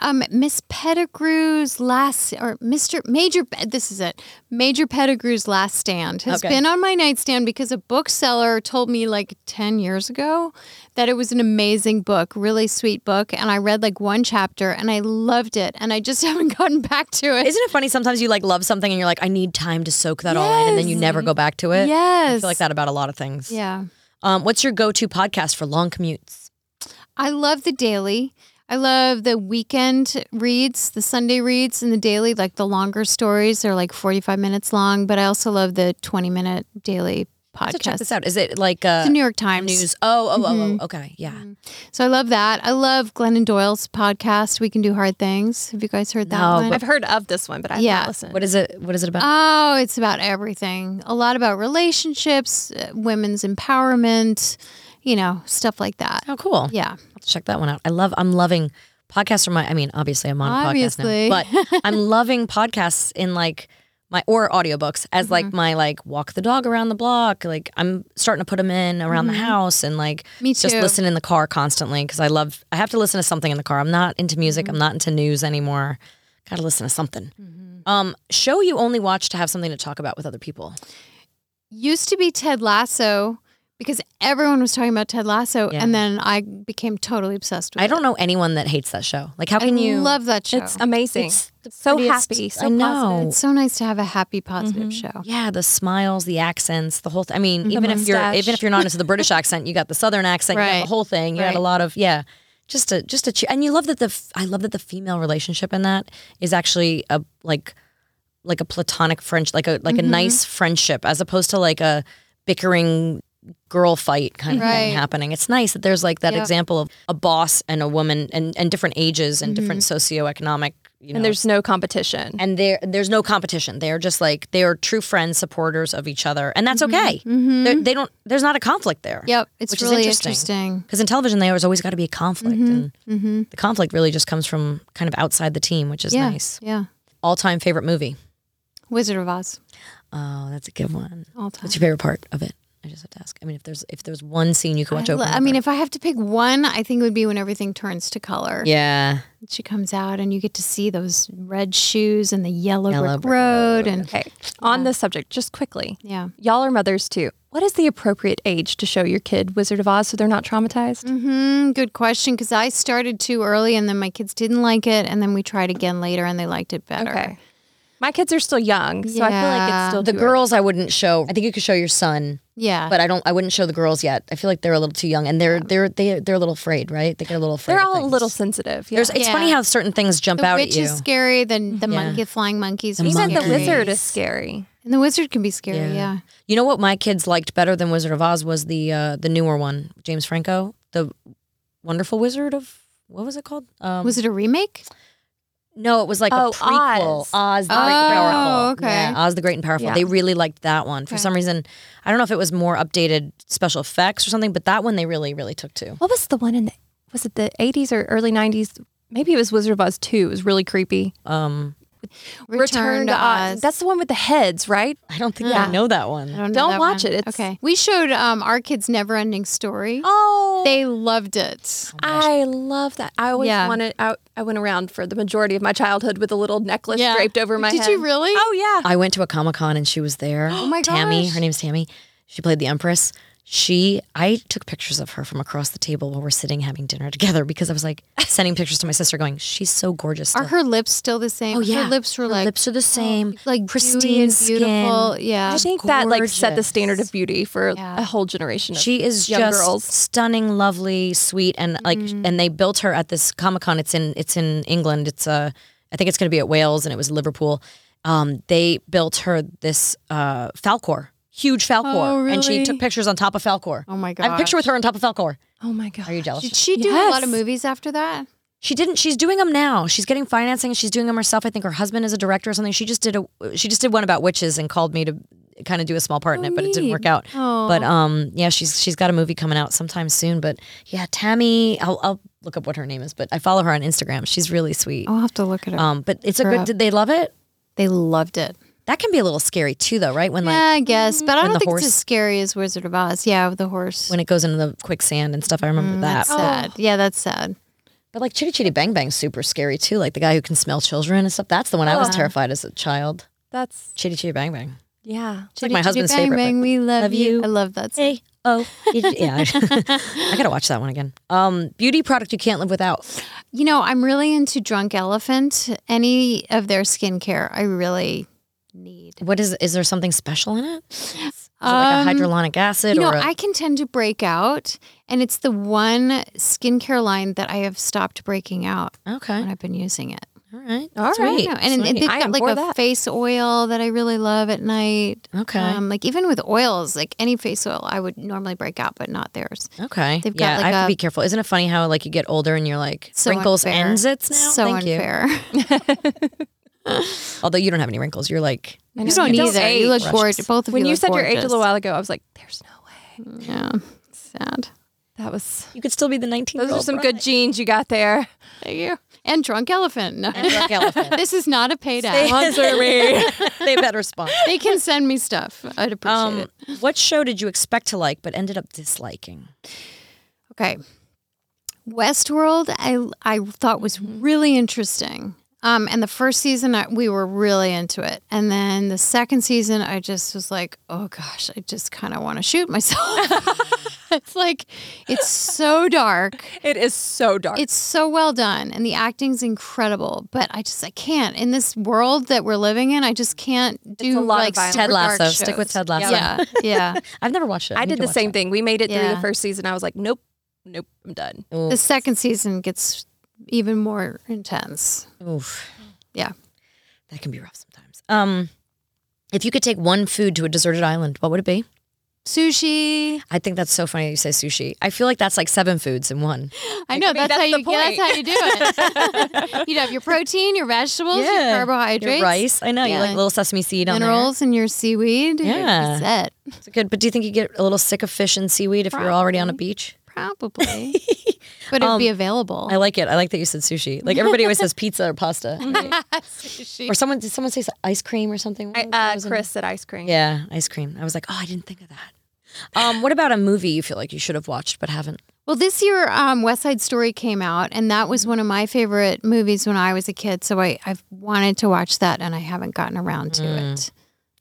Um, Miss Pettigrew's last, or Mr. Major, this is it. Major Pettigrew's last stand has Okay. been on my nightstand because a bookseller told me like 10 years ago that it was an amazing book, really sweet book. And I read like one chapter and I loved it. And I just <laughs> haven't gotten back to it. Isn't it funny sometimes you like love something and you're like, I need time to soak that all in, and then you never go back to it? yes. I feel like that about a lot of things. Yeah. Um, what's your go to podcast for long commutes? I love the daily. I love the weekend reads, the Sunday reads, and the daily, like the longer stories. They're like 45 minutes long, but I also love the 20 minute daily So podcast. check this out. Is it like uh, the New York Times. news? Oh, oh, oh, Mm-hmm. oh, okay. Yeah. So I love that. I love Glennon Doyle's podcast, We Can Do Hard Things. Have you guys heard that No, one? I've heard of this one, but I haven't Yeah. listened. What is it? What is it about? Oh, it's about everything. A lot about relationships, uh, women's empowerment, you know, stuff like that. oh, cool. Yeah. I'll check that one out. I love. I'm loving podcasts. Are my. I mean, obviously, I'm on a Obviously. podcast now, <laughs> but I'm loving podcasts in like my or audiobooks as Mm-hmm. like my like walk the dog around the block. Like I'm starting to put them in around the house and like Mm-hmm. Me just too. listen in the car constantly because I love. I have to listen to something in the car. I'm not into music. Mm-hmm. I'm not into news anymore. Got to listen to something. Mm-hmm. Um, show you only watch to have something to talk about with other people. used to be Ted Lasso because everyone was talking about Ted Lasso, Yeah. and then I became totally obsessed with I it. don't know anyone that hates that show. Like, how I can you? um, love that show. It's amazing. so prettiest- happy. So I know. It's so nice to have a happy, positive show. Yeah, the smiles, the accents, the whole. Th- I mean, even if you're mustache. even if you're not into the British accent, you got the Southern accent, you got Right. the whole thing. You got a Right. lot of yeah, just a just a che- and you love that the f- I love that the female relationship in that is actually a like like a platonic French like a like a nice friendship as opposed to like a bickering girl fight kind of Right. thing happening. It's nice that there's like that Yep. example of a boss and a woman and and different ages and different socioeconomic you know, and there's no competition. and there there's no competition. They're just like they are true friends, supporters of each other, and that's okay. They're- They don't. There's not a conflict there. Mm-hmm. Yep, it's Which is really interesting. interesting. Because in television, there's always got to be a conflict, Mm-hmm. and the conflict really just comes from kind of outside the team, which is Yeah, nice. yeah. All time favorite movie. Wizard of Oz, Oh, that's a good one. all time. What's your favorite part of it? I just have to ask. I mean, if there's if there's one scene you could watch I, over, lo- and I mean, over. if I have to pick one, I think it would be when everything turns to color. yeah, She comes out, and you get to see those red shoes and the yellow, Yellow brick brick road, and Okay. On this subject, just quickly, yeah, y'all are mothers too. What is the appropriate age to show your kid Wizard of Oz so they're not traumatized? hmm good question. Because I started too early, and then my kids didn't like it, and then we tried again later, and they liked it better. Okay. My kids are still young, so I feel like Yeah. it's still the too girls I wouldn't show. I think you could show your son, Yeah, but I don't. I wouldn't show the girls yet. I feel like they're a little too young, and they're they're they, they're a little afraid, right? They get a little afraid. They're of all a things. little sensitive. Yeah. There's, It's Yeah. funny how certain things jump out at Which you. is scary. Then the Yeah. monkey, flying monkeys, The are Mm-hmm. Even the scary. wizard is scary. and the wizard can be scary. Yeah. Yeah, You know what my kids liked better than Wizard of Oz was the uh, the newer one, James Franco, the Wonderful Wizard of what was it called? Um, was it a remake? no, it was like Oh, a prequel. Oz. Oz, the Great and Powerful. Oh, okay. Yeah, Oz the Great and Powerful. Yeah. They really liked that one. For Okay. some reason, I don't know if it was more updated special effects or something, but that one they really really took to. What was the one in the was it the 80s or early 90s? Maybe it was Wizard of Oz 2. It was really creepy. Um, That's the one with the heads, right? I don't think Yeah. I know that one. I don't, Don't that watch one. it. It's- okay. We showed um, our kids Never Ending Story. Oh. They loved it. I love that. I always Yeah. wanted I, I went around for the majority of my childhood with a little necklace Yeah. draped over my Did head. you really? Oh yeah. I went to a Comic Con and she was there. <gasps> Oh my Tammy, gosh. her name's Tammy. She played the Empress. She, I took pictures of her from across the table while we're sitting having dinner together because I was like sending pictures to my sister, going, "She's so gorgeous." Are still." her lips still the same? oh yeah, her lips were like oh, lips are the same, like pristine, pristine and beautiful. skin. Yeah, I think that like set the gorgeous. standard of beauty for Yeah. a whole generation. Of, She is young just girls. stunning, lovely, sweet, and like, Mm. and they built her at this Comic Con. It's in it's in England. It's uh, I think it's going to be at Wales, and it was Liverpool. Um, they built her this uh, Falcor, huge Falcor, and she really? took pictures on top of Falcor. Oh my I have a picture with her on top of Falcor. oh my god. Are you jealous? Did she do a lot of Yes. movies after that? She didn't. She's doing them now. She's getting financing and she's doing them herself. I think her husband is a director or something. She just did a. She just did one about witches and called me to kind of do a small part in it, but it didn't work out. Oh. But um, yeah, she's she's got a movie coming out sometime soon. But yeah, Tammy, I'll I'll look up what her name is. But I follow her on Instagram. She's really sweet. I'll have to look at her. Um, but it's a Oh, her good. up. Did they love it? they loved it. That can be a little scary too, though, right? When yeah, like I guess, but I When don't the think horse- it's as scary as Wizard of Oz. Yeah, with the horse. Oh. when it goes into the quicksand and stuff. I remember that. Mm, that's sad. Yeah, that's sad. But like Chitty Chitty Bang Bang's super scary too. Like the guy who can smell children and stuff. That's the one I was terrified as a child. That's Chitty Chitty Bang Bang. yeah. It's like my husband's bang, favorite. but- Bang, we love, Love you. you. I love that. song. Hey, oh, did- yeah. <laughs> I gotta watch that one again. Um, beauty product you can't live without. You know, I'm really into Drunk Elephant. Any of their skincare, I really need. Um, What is? Is there something special in it? Is it like a hydrolonic acid You know, or a- I can tend to break out, and it's the one skincare line that I have stopped breaking out okay? when I've been using it. All right, All I Sweet. don't know. And, and Sweet. they've I got am like for a that. face oil that I really love at night. Okay. Um, like even with oils, like any face oil, I would normally break out, but not theirs. okay. They've got yeah, like I have a- to be careful. Isn't it funny how like you get older and you're like So wrinkles unfair. ends it's now? So Thank unfair. you. Although you don't have any wrinkles, you're like I know. You don't You don't either. You look age. gorgeous. Both of When you. you look said your age a gorgeous. little while ago, I was like, "There's no way." Yeah. Sad. That was. you could still be the 19. Those are some <laughs> good genes you got there. Thank you. And drunk elephant. No. <laughs> elephant. this is not a <laughs> paid ad. Sponsor me. they better sponsor. They can send me stuff. I'd appreciate Um, it. what show did you expect to like but ended up disliking? Okay. Westworld, I I thought was Mm-hmm. really interesting. Um, and the first season, I, we were really into it, and then the second season, I just was like, oh gosh, I just kind of want to shoot <laughs> myself. it's like, it's so dark. <laughs> It is so dark. It's so well done and the acting's incredible, but I just I can't in this world that we're living in. I just can't do a lot of like violence. Ted super dark Lasso. Stick shows. with Ted Lasso. Yeah, yeah. <laughs> I've never watched it. I need did to the watch same it. thing. We made it through Yeah. the first season. I was like, "Nope, nope, I'm done." the second season gets even more intense. Oof. Yeah. That can be rough sometimes. Um, if you could take one food to a deserted island, what would it be? sushi. I think that's so funny that you say sushi. I feel like that's like seven foods in one. I know that's, that's how the you yeah, that's how you do it. <laughs> You'd have your protein, your vegetables, your carbohydrates, Your rice. I know. You Yeah. like little sesame seed on there. minerals, and your seaweed. You're Yeah. set. It's good. But do you think you get a little sick of fish and seaweed if you're already on a beach? Probably. but it'd be available. I like it. I like that you said sushi. Like everybody always says pizza or pasta. <laughs> right? Or someone did someone say s- ice cream or something? What was that? Uh, Chris said ice cream. Yeah, ice cream. I was like, oh, I didn't think of that. Um, what about a movie you feel like you should have watched but haven't? <laughs> Well, this year, um, West Side Story came out, and that was one of my favorite movies when I was a kid. So I, I've wanted to watch that, and I haven't gotten around to it.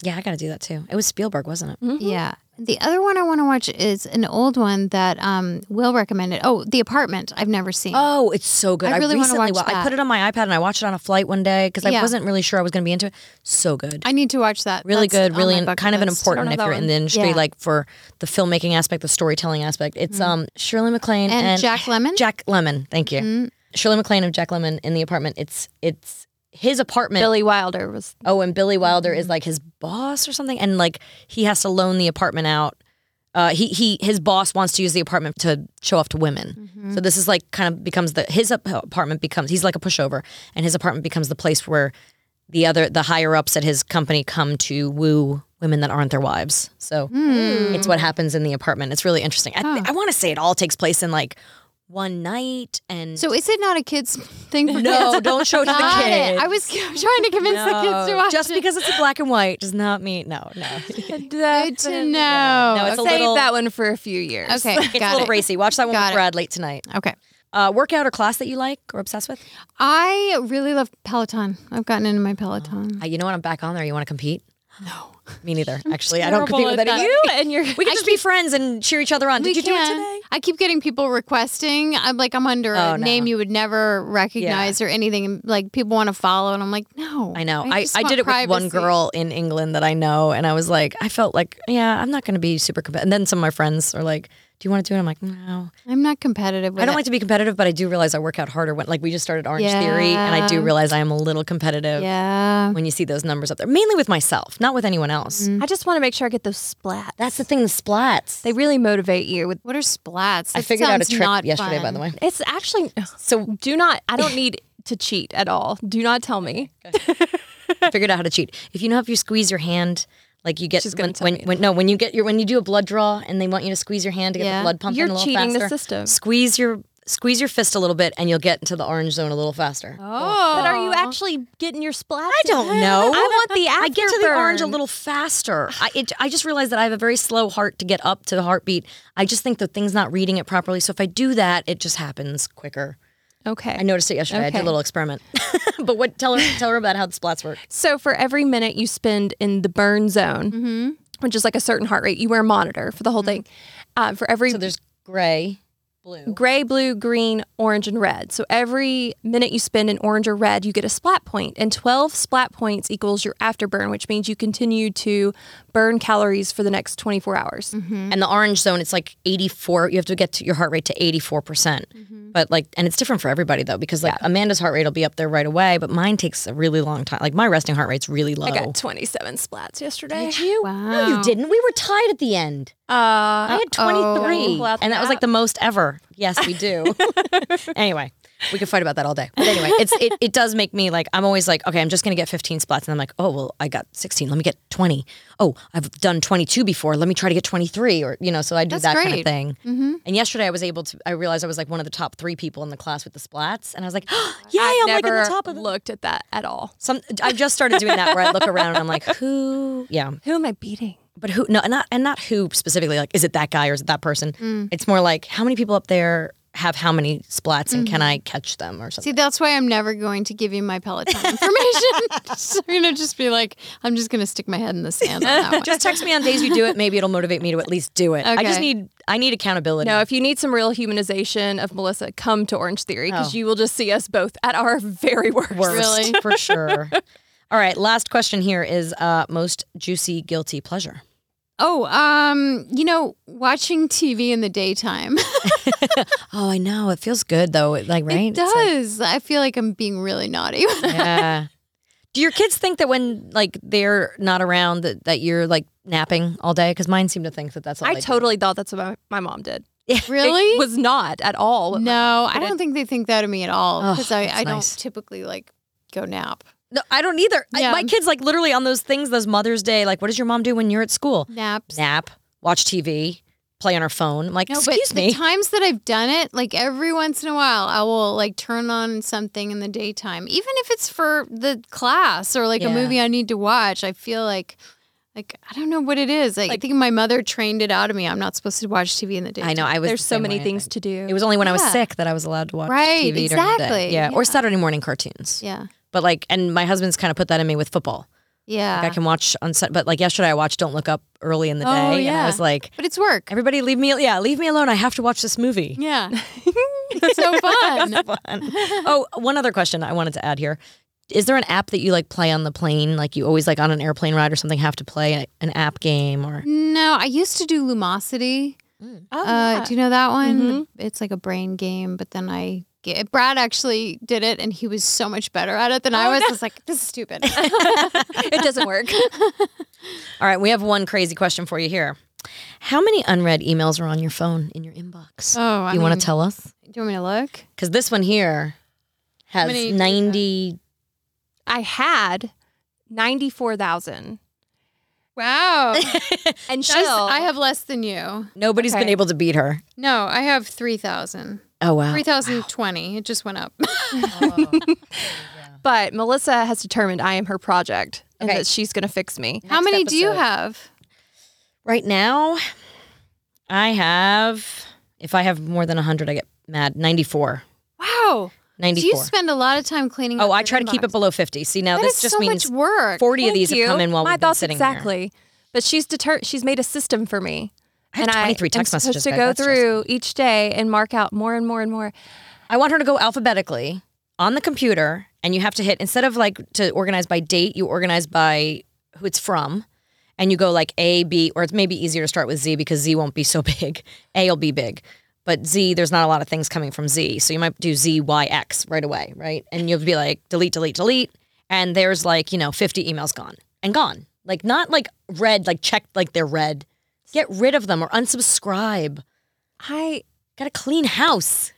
Yeah, I got to do that too. It was Spielberg, wasn't it? Yeah. The other one I want to watch is an old one that um, Will recommended. Oh, The Apartment. I've never seen. Oh, it's so good. I really wanna recently watch wa- I that. put it on my iPad and I watched it on a flight one day because I Yeah. wasn't really sure I was going to be into it. So good. I need to watch that. really That's good, on really my in- bucket kind of an list. important know if that you're in one. the industry, Yeah. Mm. like for the filmmaking aspect, the storytelling aspect. It's um Shirley MacLaine And and, Jack Lemmon? Mm. Jack Lemon, thank you. Shirley MacLaine of Jack Lemon in the apartment. It's it's his apartment. Billy Wilder was Oh, and Billy Wilder Mm-hmm. is like his boss or something, and like he has to loan the apartment out. Uh, he he his boss wants to use the apartment to show off to women. Mm-hmm. So this is like kind of becomes the his ap- apartment becomes he's like a pushover, and his apartment becomes the place where the other the higher ups at his company come to woo women that aren't their wives. So Mm. it's what happens in the apartment. It's really interesting. I, thi- I want to say it all takes place in like one night and. So <laughs> is it not a kid's thing? For no, kids? don't show it to the Got it. kids. I was <laughs> trying to convince the kids to No, watch just it. because it's a black and white does not mean no, no. <laughs> it's Good to know. No, it's uh, a save little- that one for a few years. okay, a got little it. racy. Watch that one Got with it. Brad late tonight. Okay. Uh, workout or class that you like or obsessed with? I really love Peloton. I've gotten into my Peloton. Uh, you know what? I'm back on there. You want to compete? No, me <laughs> neither. Actually, I don't compete Terrible with at any. of that. you. <laughs> You and your We can just be friends and cheer each other on. Did you do it today? I keep getting people requesting. I'm like, I'm under Oh, a no. name you would never recognize or anything. and, Like people want to follow, and I'm like, no. I know. I, just I, want did it with one privacy. girl in England that I know, and I was like, I felt like, yeah, I'm not going to be super competitive. And then some of my friends are like, Do you want to do it? I'm like, No. I'm not competitive. With I don't it. like to be competitive, but I do realize I work out harder when, like, we just started Orange Yeah. Theory, and I do realize I am a little competitive. Yeah. when you see those numbers up there, mainly with myself, not with anyone else. <laughs> I just want to make sure I get those splats. That's the thing, the splats. they really motivate you with What are splats? I That figured out a sounds trick not yesterday, by fun. the way. It's actually So do not I don't need to cheat at all. Do not tell me. I <laughs> figured out how to cheat. If you know if you squeeze your hand, like you get She's gonna when, tell when, me. when no when you get your when you do a blood draw and they want you to squeeze your hand to get Yeah. the blood pumping You're a little cheating the faster, system. Squeeze your squeeze your fist a little bit and you'll get into the orange zone a little faster. Oh. But are you actually getting your splats? I don't know. I want the I get to the orange a afterburn. little faster. I, it, I just realized that I have a very slow heart to get up to the heartbeat. I just think the thing's not reading it properly. So if I do that, it just happens quicker. Okay. I noticed it yesterday. I did a Okay. little experiment. <laughs> but what? Tell her. Tell her about how the splats work. So for every minute you spend in the burn zone, Mm-hmm. which is like a certain heart rate, you wear a monitor for the whole thing. Um, for every So there's gray, blue. gray, blue, green, orange, and red. So every minute you spend in orange or red, you get a splat point, and 12 splat points equals your afterburn, which means you continue to burn calories for the next 24 hours. And the orange zone, it's like 84. You have to get to your heart rate to 84 percent. But like, and it's different for everybody though, because like Amanda's heart rate will be up there right away, but mine takes a really long time. Like my resting heart rate's really low. I got 27 splats yesterday. Oh. you? No, you Wow. didn't. We were tied at the end. Uh, I had 23, Pull out the and that was like the most ever. Yes, we do. anyway, we could fight about that all day. But anyway, it's it, it does make me like I'm always like, okay, I'm just gonna get 15 splats, and I'm like, oh well, I got 16. Let me get 20. Oh, I've done 22 before. Let me try to get 23, or you know, so I do That's that kind of great. thing. And yesterday, I was able to. I realized I was like one of the top three people in the class with the splats, and I was like, <gasps> yeah, I've I'm like never at the top of the. looked at that at all. Some I've just started doing that where I look around and I'm like, who? Yeah, Who am I beating? but who no and not and not who specifically like is it that guy or is it that person it's more like how many people up there have how many splats and can i catch them or something See, that's why I'm never going to give you my <laughs> Peloton information. <laughs> so, you know, just be like, I'm just going to stick my head in the sand on that one. just text me on days you do it maybe it'll motivate me to at least do it i just Okay. need i need accountability No, if you need some real humanization of Melissa, come to Orange Theory because you will just see us both at our <laughs> very worst. Oh. Worst, <laughs> really. for sure all right last question here is uh most juicy guilty pleasure Oh, um, you know, watching TV in the daytime. <laughs> oh i know it feels good though it, like right It does. I feel like I'm being really naughty. <laughs> <laughs> yeah do your kids think that when like they're not around that, that you're like napping all day because mine seemed to think that that's all I they do. totally thought that's what my, my mom did. Really? It was not at all. what no, my mom I did. don't think they think that of me at all Ugh, because I, that's I don't nice. typically like go nap. No, I don't either. I- Yeah. my kids like literally on those things, those Mother's Day. Like, what does your mom do when you're at school? Naps. Nap, watch TV, play on her phone. I'm like, No, but excuse me. the times that I've done it, like every once in a while, I will like turn on something in the daytime, even if it's for the class or like a Yeah. movie I need to watch. I feel like, like I don't know what it is. Like, I Like- think my mother trained it out of me. I'm not supposed to watch TV in the daytime. I know. I was. There's the so same many way, I things think. to do. It was only when I was Yeah. sick that I was allowed to watch Right, TV during the day. exactly. Yeah, or Yeah. Saturday morning cartoons. Yeah, But like, and my husband's kind of put that in me with football. yeah. Like I can watch on set, but like yesterday I watched Don't Look Up early in the Oh, day, and I yeah. was like, but it's work. everybody leave me, yeah, leave me alone. I have to watch this movie. <laughs> Yeah, it's so fun. fun. oh, one other question I wanted to add here. Is there an app that you like play on the plane? Like you always like on an airplane ride or something have to play a- an app game <laughs> or No, I used to do Lumosity. Oh, Uh, yeah. do you know that one? It's like a brain game, but then I get, Brad actually did it, and he was so much better at it than I was. I was like, this is <laughs> stupid. <laughs> it doesn't work. All right, we have one crazy question for you here. How many unread emails are on your phone in your inbox? Oh, I you want mean- to tell us? Do you want me to look? Cuz this one here has many do you 90 I had ninety four thousand, <laughs> Wow. and That's- still I have less than you. Nobody's been Okay. able to beat her. No, I have 3,000. Oh wow. 3,020. It just went up. But Melissa has determined I am her project and Okay. that she's going to fix me. <laughs> How many do you episode. have? Right now I have if I have more than 100 I get mad. 94. Wow. Do 94. you spend a lot of time cleaning up Oh, I your try to keep it inbox? below 50. See, now That this is just so means much work. 40 of these Thank have come you. in while My we've been thoughts sitting here. exactly. But she's deter- she's made a system for me. I have and 23 I am text supposed messages, to guys. go That's stressful. through each day and mark out more and more and more. I want her to go alphabetically on the computer, and you have to hit instead of like to organize by date, you organize by who it's from, and you go like A, B, or it's maybe easier to start with Z because Z won't be so <laughs> big. A will be big. But Z, there's not a lot of things coming from Z. So you might do Z, Y, X right away, right? And you'll be like, delete, delete, delete. And there's like, you know, 50 emails gone and gone. Like, not like red, like checked, like they're red. Get rid of them or unsubscribe. I Got a clean house.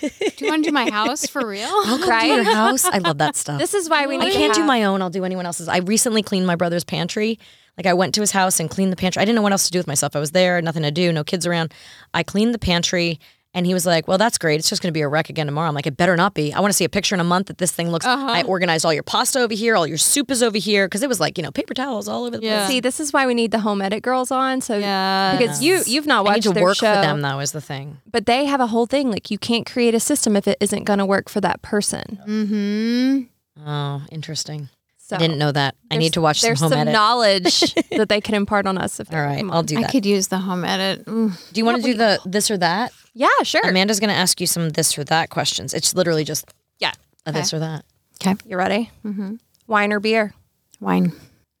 Do you want <laughs> to do my house for real? Welcome to <laughs> your house. I love that stuff. this is why we Oh, I need to can't do have- my own. I'll do anyone else's. I recently cleaned my brother's pantry. Like I went to his house and cleaned the pantry. I didn't know what else to do with myself. I was there, nothing to do, no kids around. I cleaned the pantry and he was like, "Well, that's great. It's just going to be a wreck again tomorrow." I'm like, "It better not be. I want to see a picture in a month that this thing looks Uh-huh. I organized all your pasta over here, all your soup is over here because it was like, you know, paper towels all over the Yeah. place. See, this is why we need the home edit girls on. So Yeah. because you you've not watched I need to their work show, for them though is the thing. but they have a whole thing like you can't create a system if it isn't going to work for that person. Mm-hmm. Oh, interesting. So I didn't know that. I need to watch some there's home some edit. <laughs> knowledge that they can impart on us. If they all right, come on. I'll do I that. could use the home edit. Mm. do you want to do the this or that? yeah, sure. Amanda's going to ask you some this or that questions. It's literally just yeah, a this or that. Okay. you ready? Mm-hmm. Wine or beer? Wine.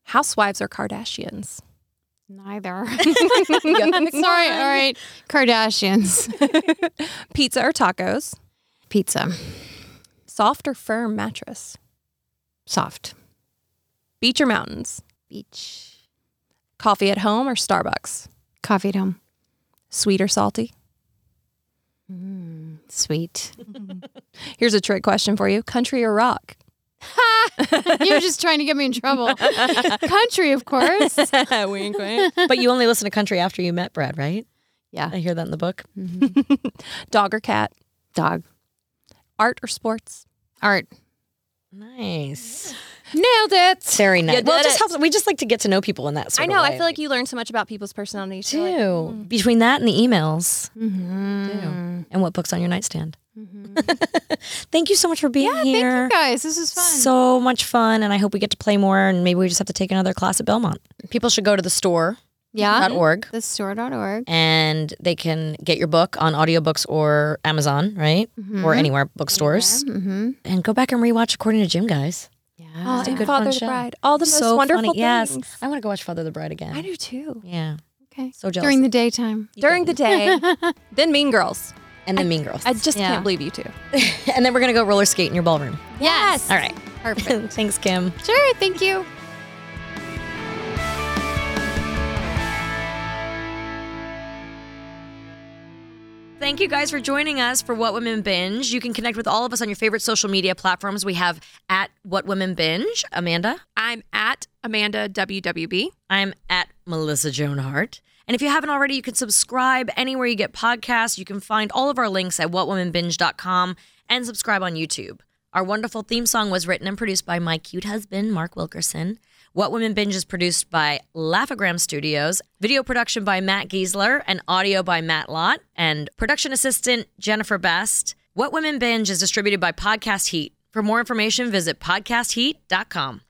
Housewives or Kardashians? <laughs> Neither. Sorry. All right. Kardashians. Pizza or tacos? <laughs> Pizza. Soft or firm mattress? Soft. Beach or mountains? Beach. Coffee at home or Starbucks? Coffee at home. Sweet or salty? Sweet. Here's a trick question for you: country or <laughs> rock? <laughs> You're just trying to get me in <laughs> trouble. Country, of course. wink, wink. <laughs> But you only listen to country after you met Brad, right? Yeah. I hear that in the book. <laughs> Dog or cat? Dog. Art or sports? Art. Nice. Nailed it. Very nice. did Well, it just it. helps. We just like to get to know people in that sort I of know. I way, feel like you learn so much about people's personalities. do. Mm. You're like, Between that and the emails. Mhm. Do. And what books on your nightstand. Mm-hmm. <laughs> Thank you so much for being here. Thank you guys. This is fun. So much fun, and I hope we get to play more. And maybe we just have to take another class at Belmont. Uh-huh. People should go to the store yeah. dot org The store.org. and they can get your book on audiobooks or Amazon, right, or anywhere bookstores. Mm-hmm. and go back and rewatch according to Jim guys. Yeah. Oh, It's a and good Father fun the show. Bride. All the most so wonderful funny. Yes, things. I want to go watch Father the Bride again. I do too. Yeah, Okay. so jealous. During the daytime. During the day, <laughs> then Mean Girls. and then Mean <laughs> Girls, I just Yeah. can't believe you two. and then we're gonna go roller skate in your ballroom. Yes. All right, <laughs> Perfect. thanks, Kim. Sure. Thank you. Thank you guys for joining us for What Women Binge. You can connect with all of us on your favorite social media platforms. We have at What Women Binge, Amanda. I'm at Amanda WWB. I'm at Melissa Joan Hart. And if you haven't already, you can subscribe anywhere you get podcasts. You can find all of our links at whatwomenbinge.com and subscribe on YouTube. Our wonderful theme song was written and produced by my cute husband, Mark Wilkerson. What Women Binge is produced by Laughagram Studios, video production by Matt Giesler, and audio by Matt Lott, and production assistant Jennifer Best. What Women Binge is distributed by Podcast Heat. For more information, visit podcastheat.com.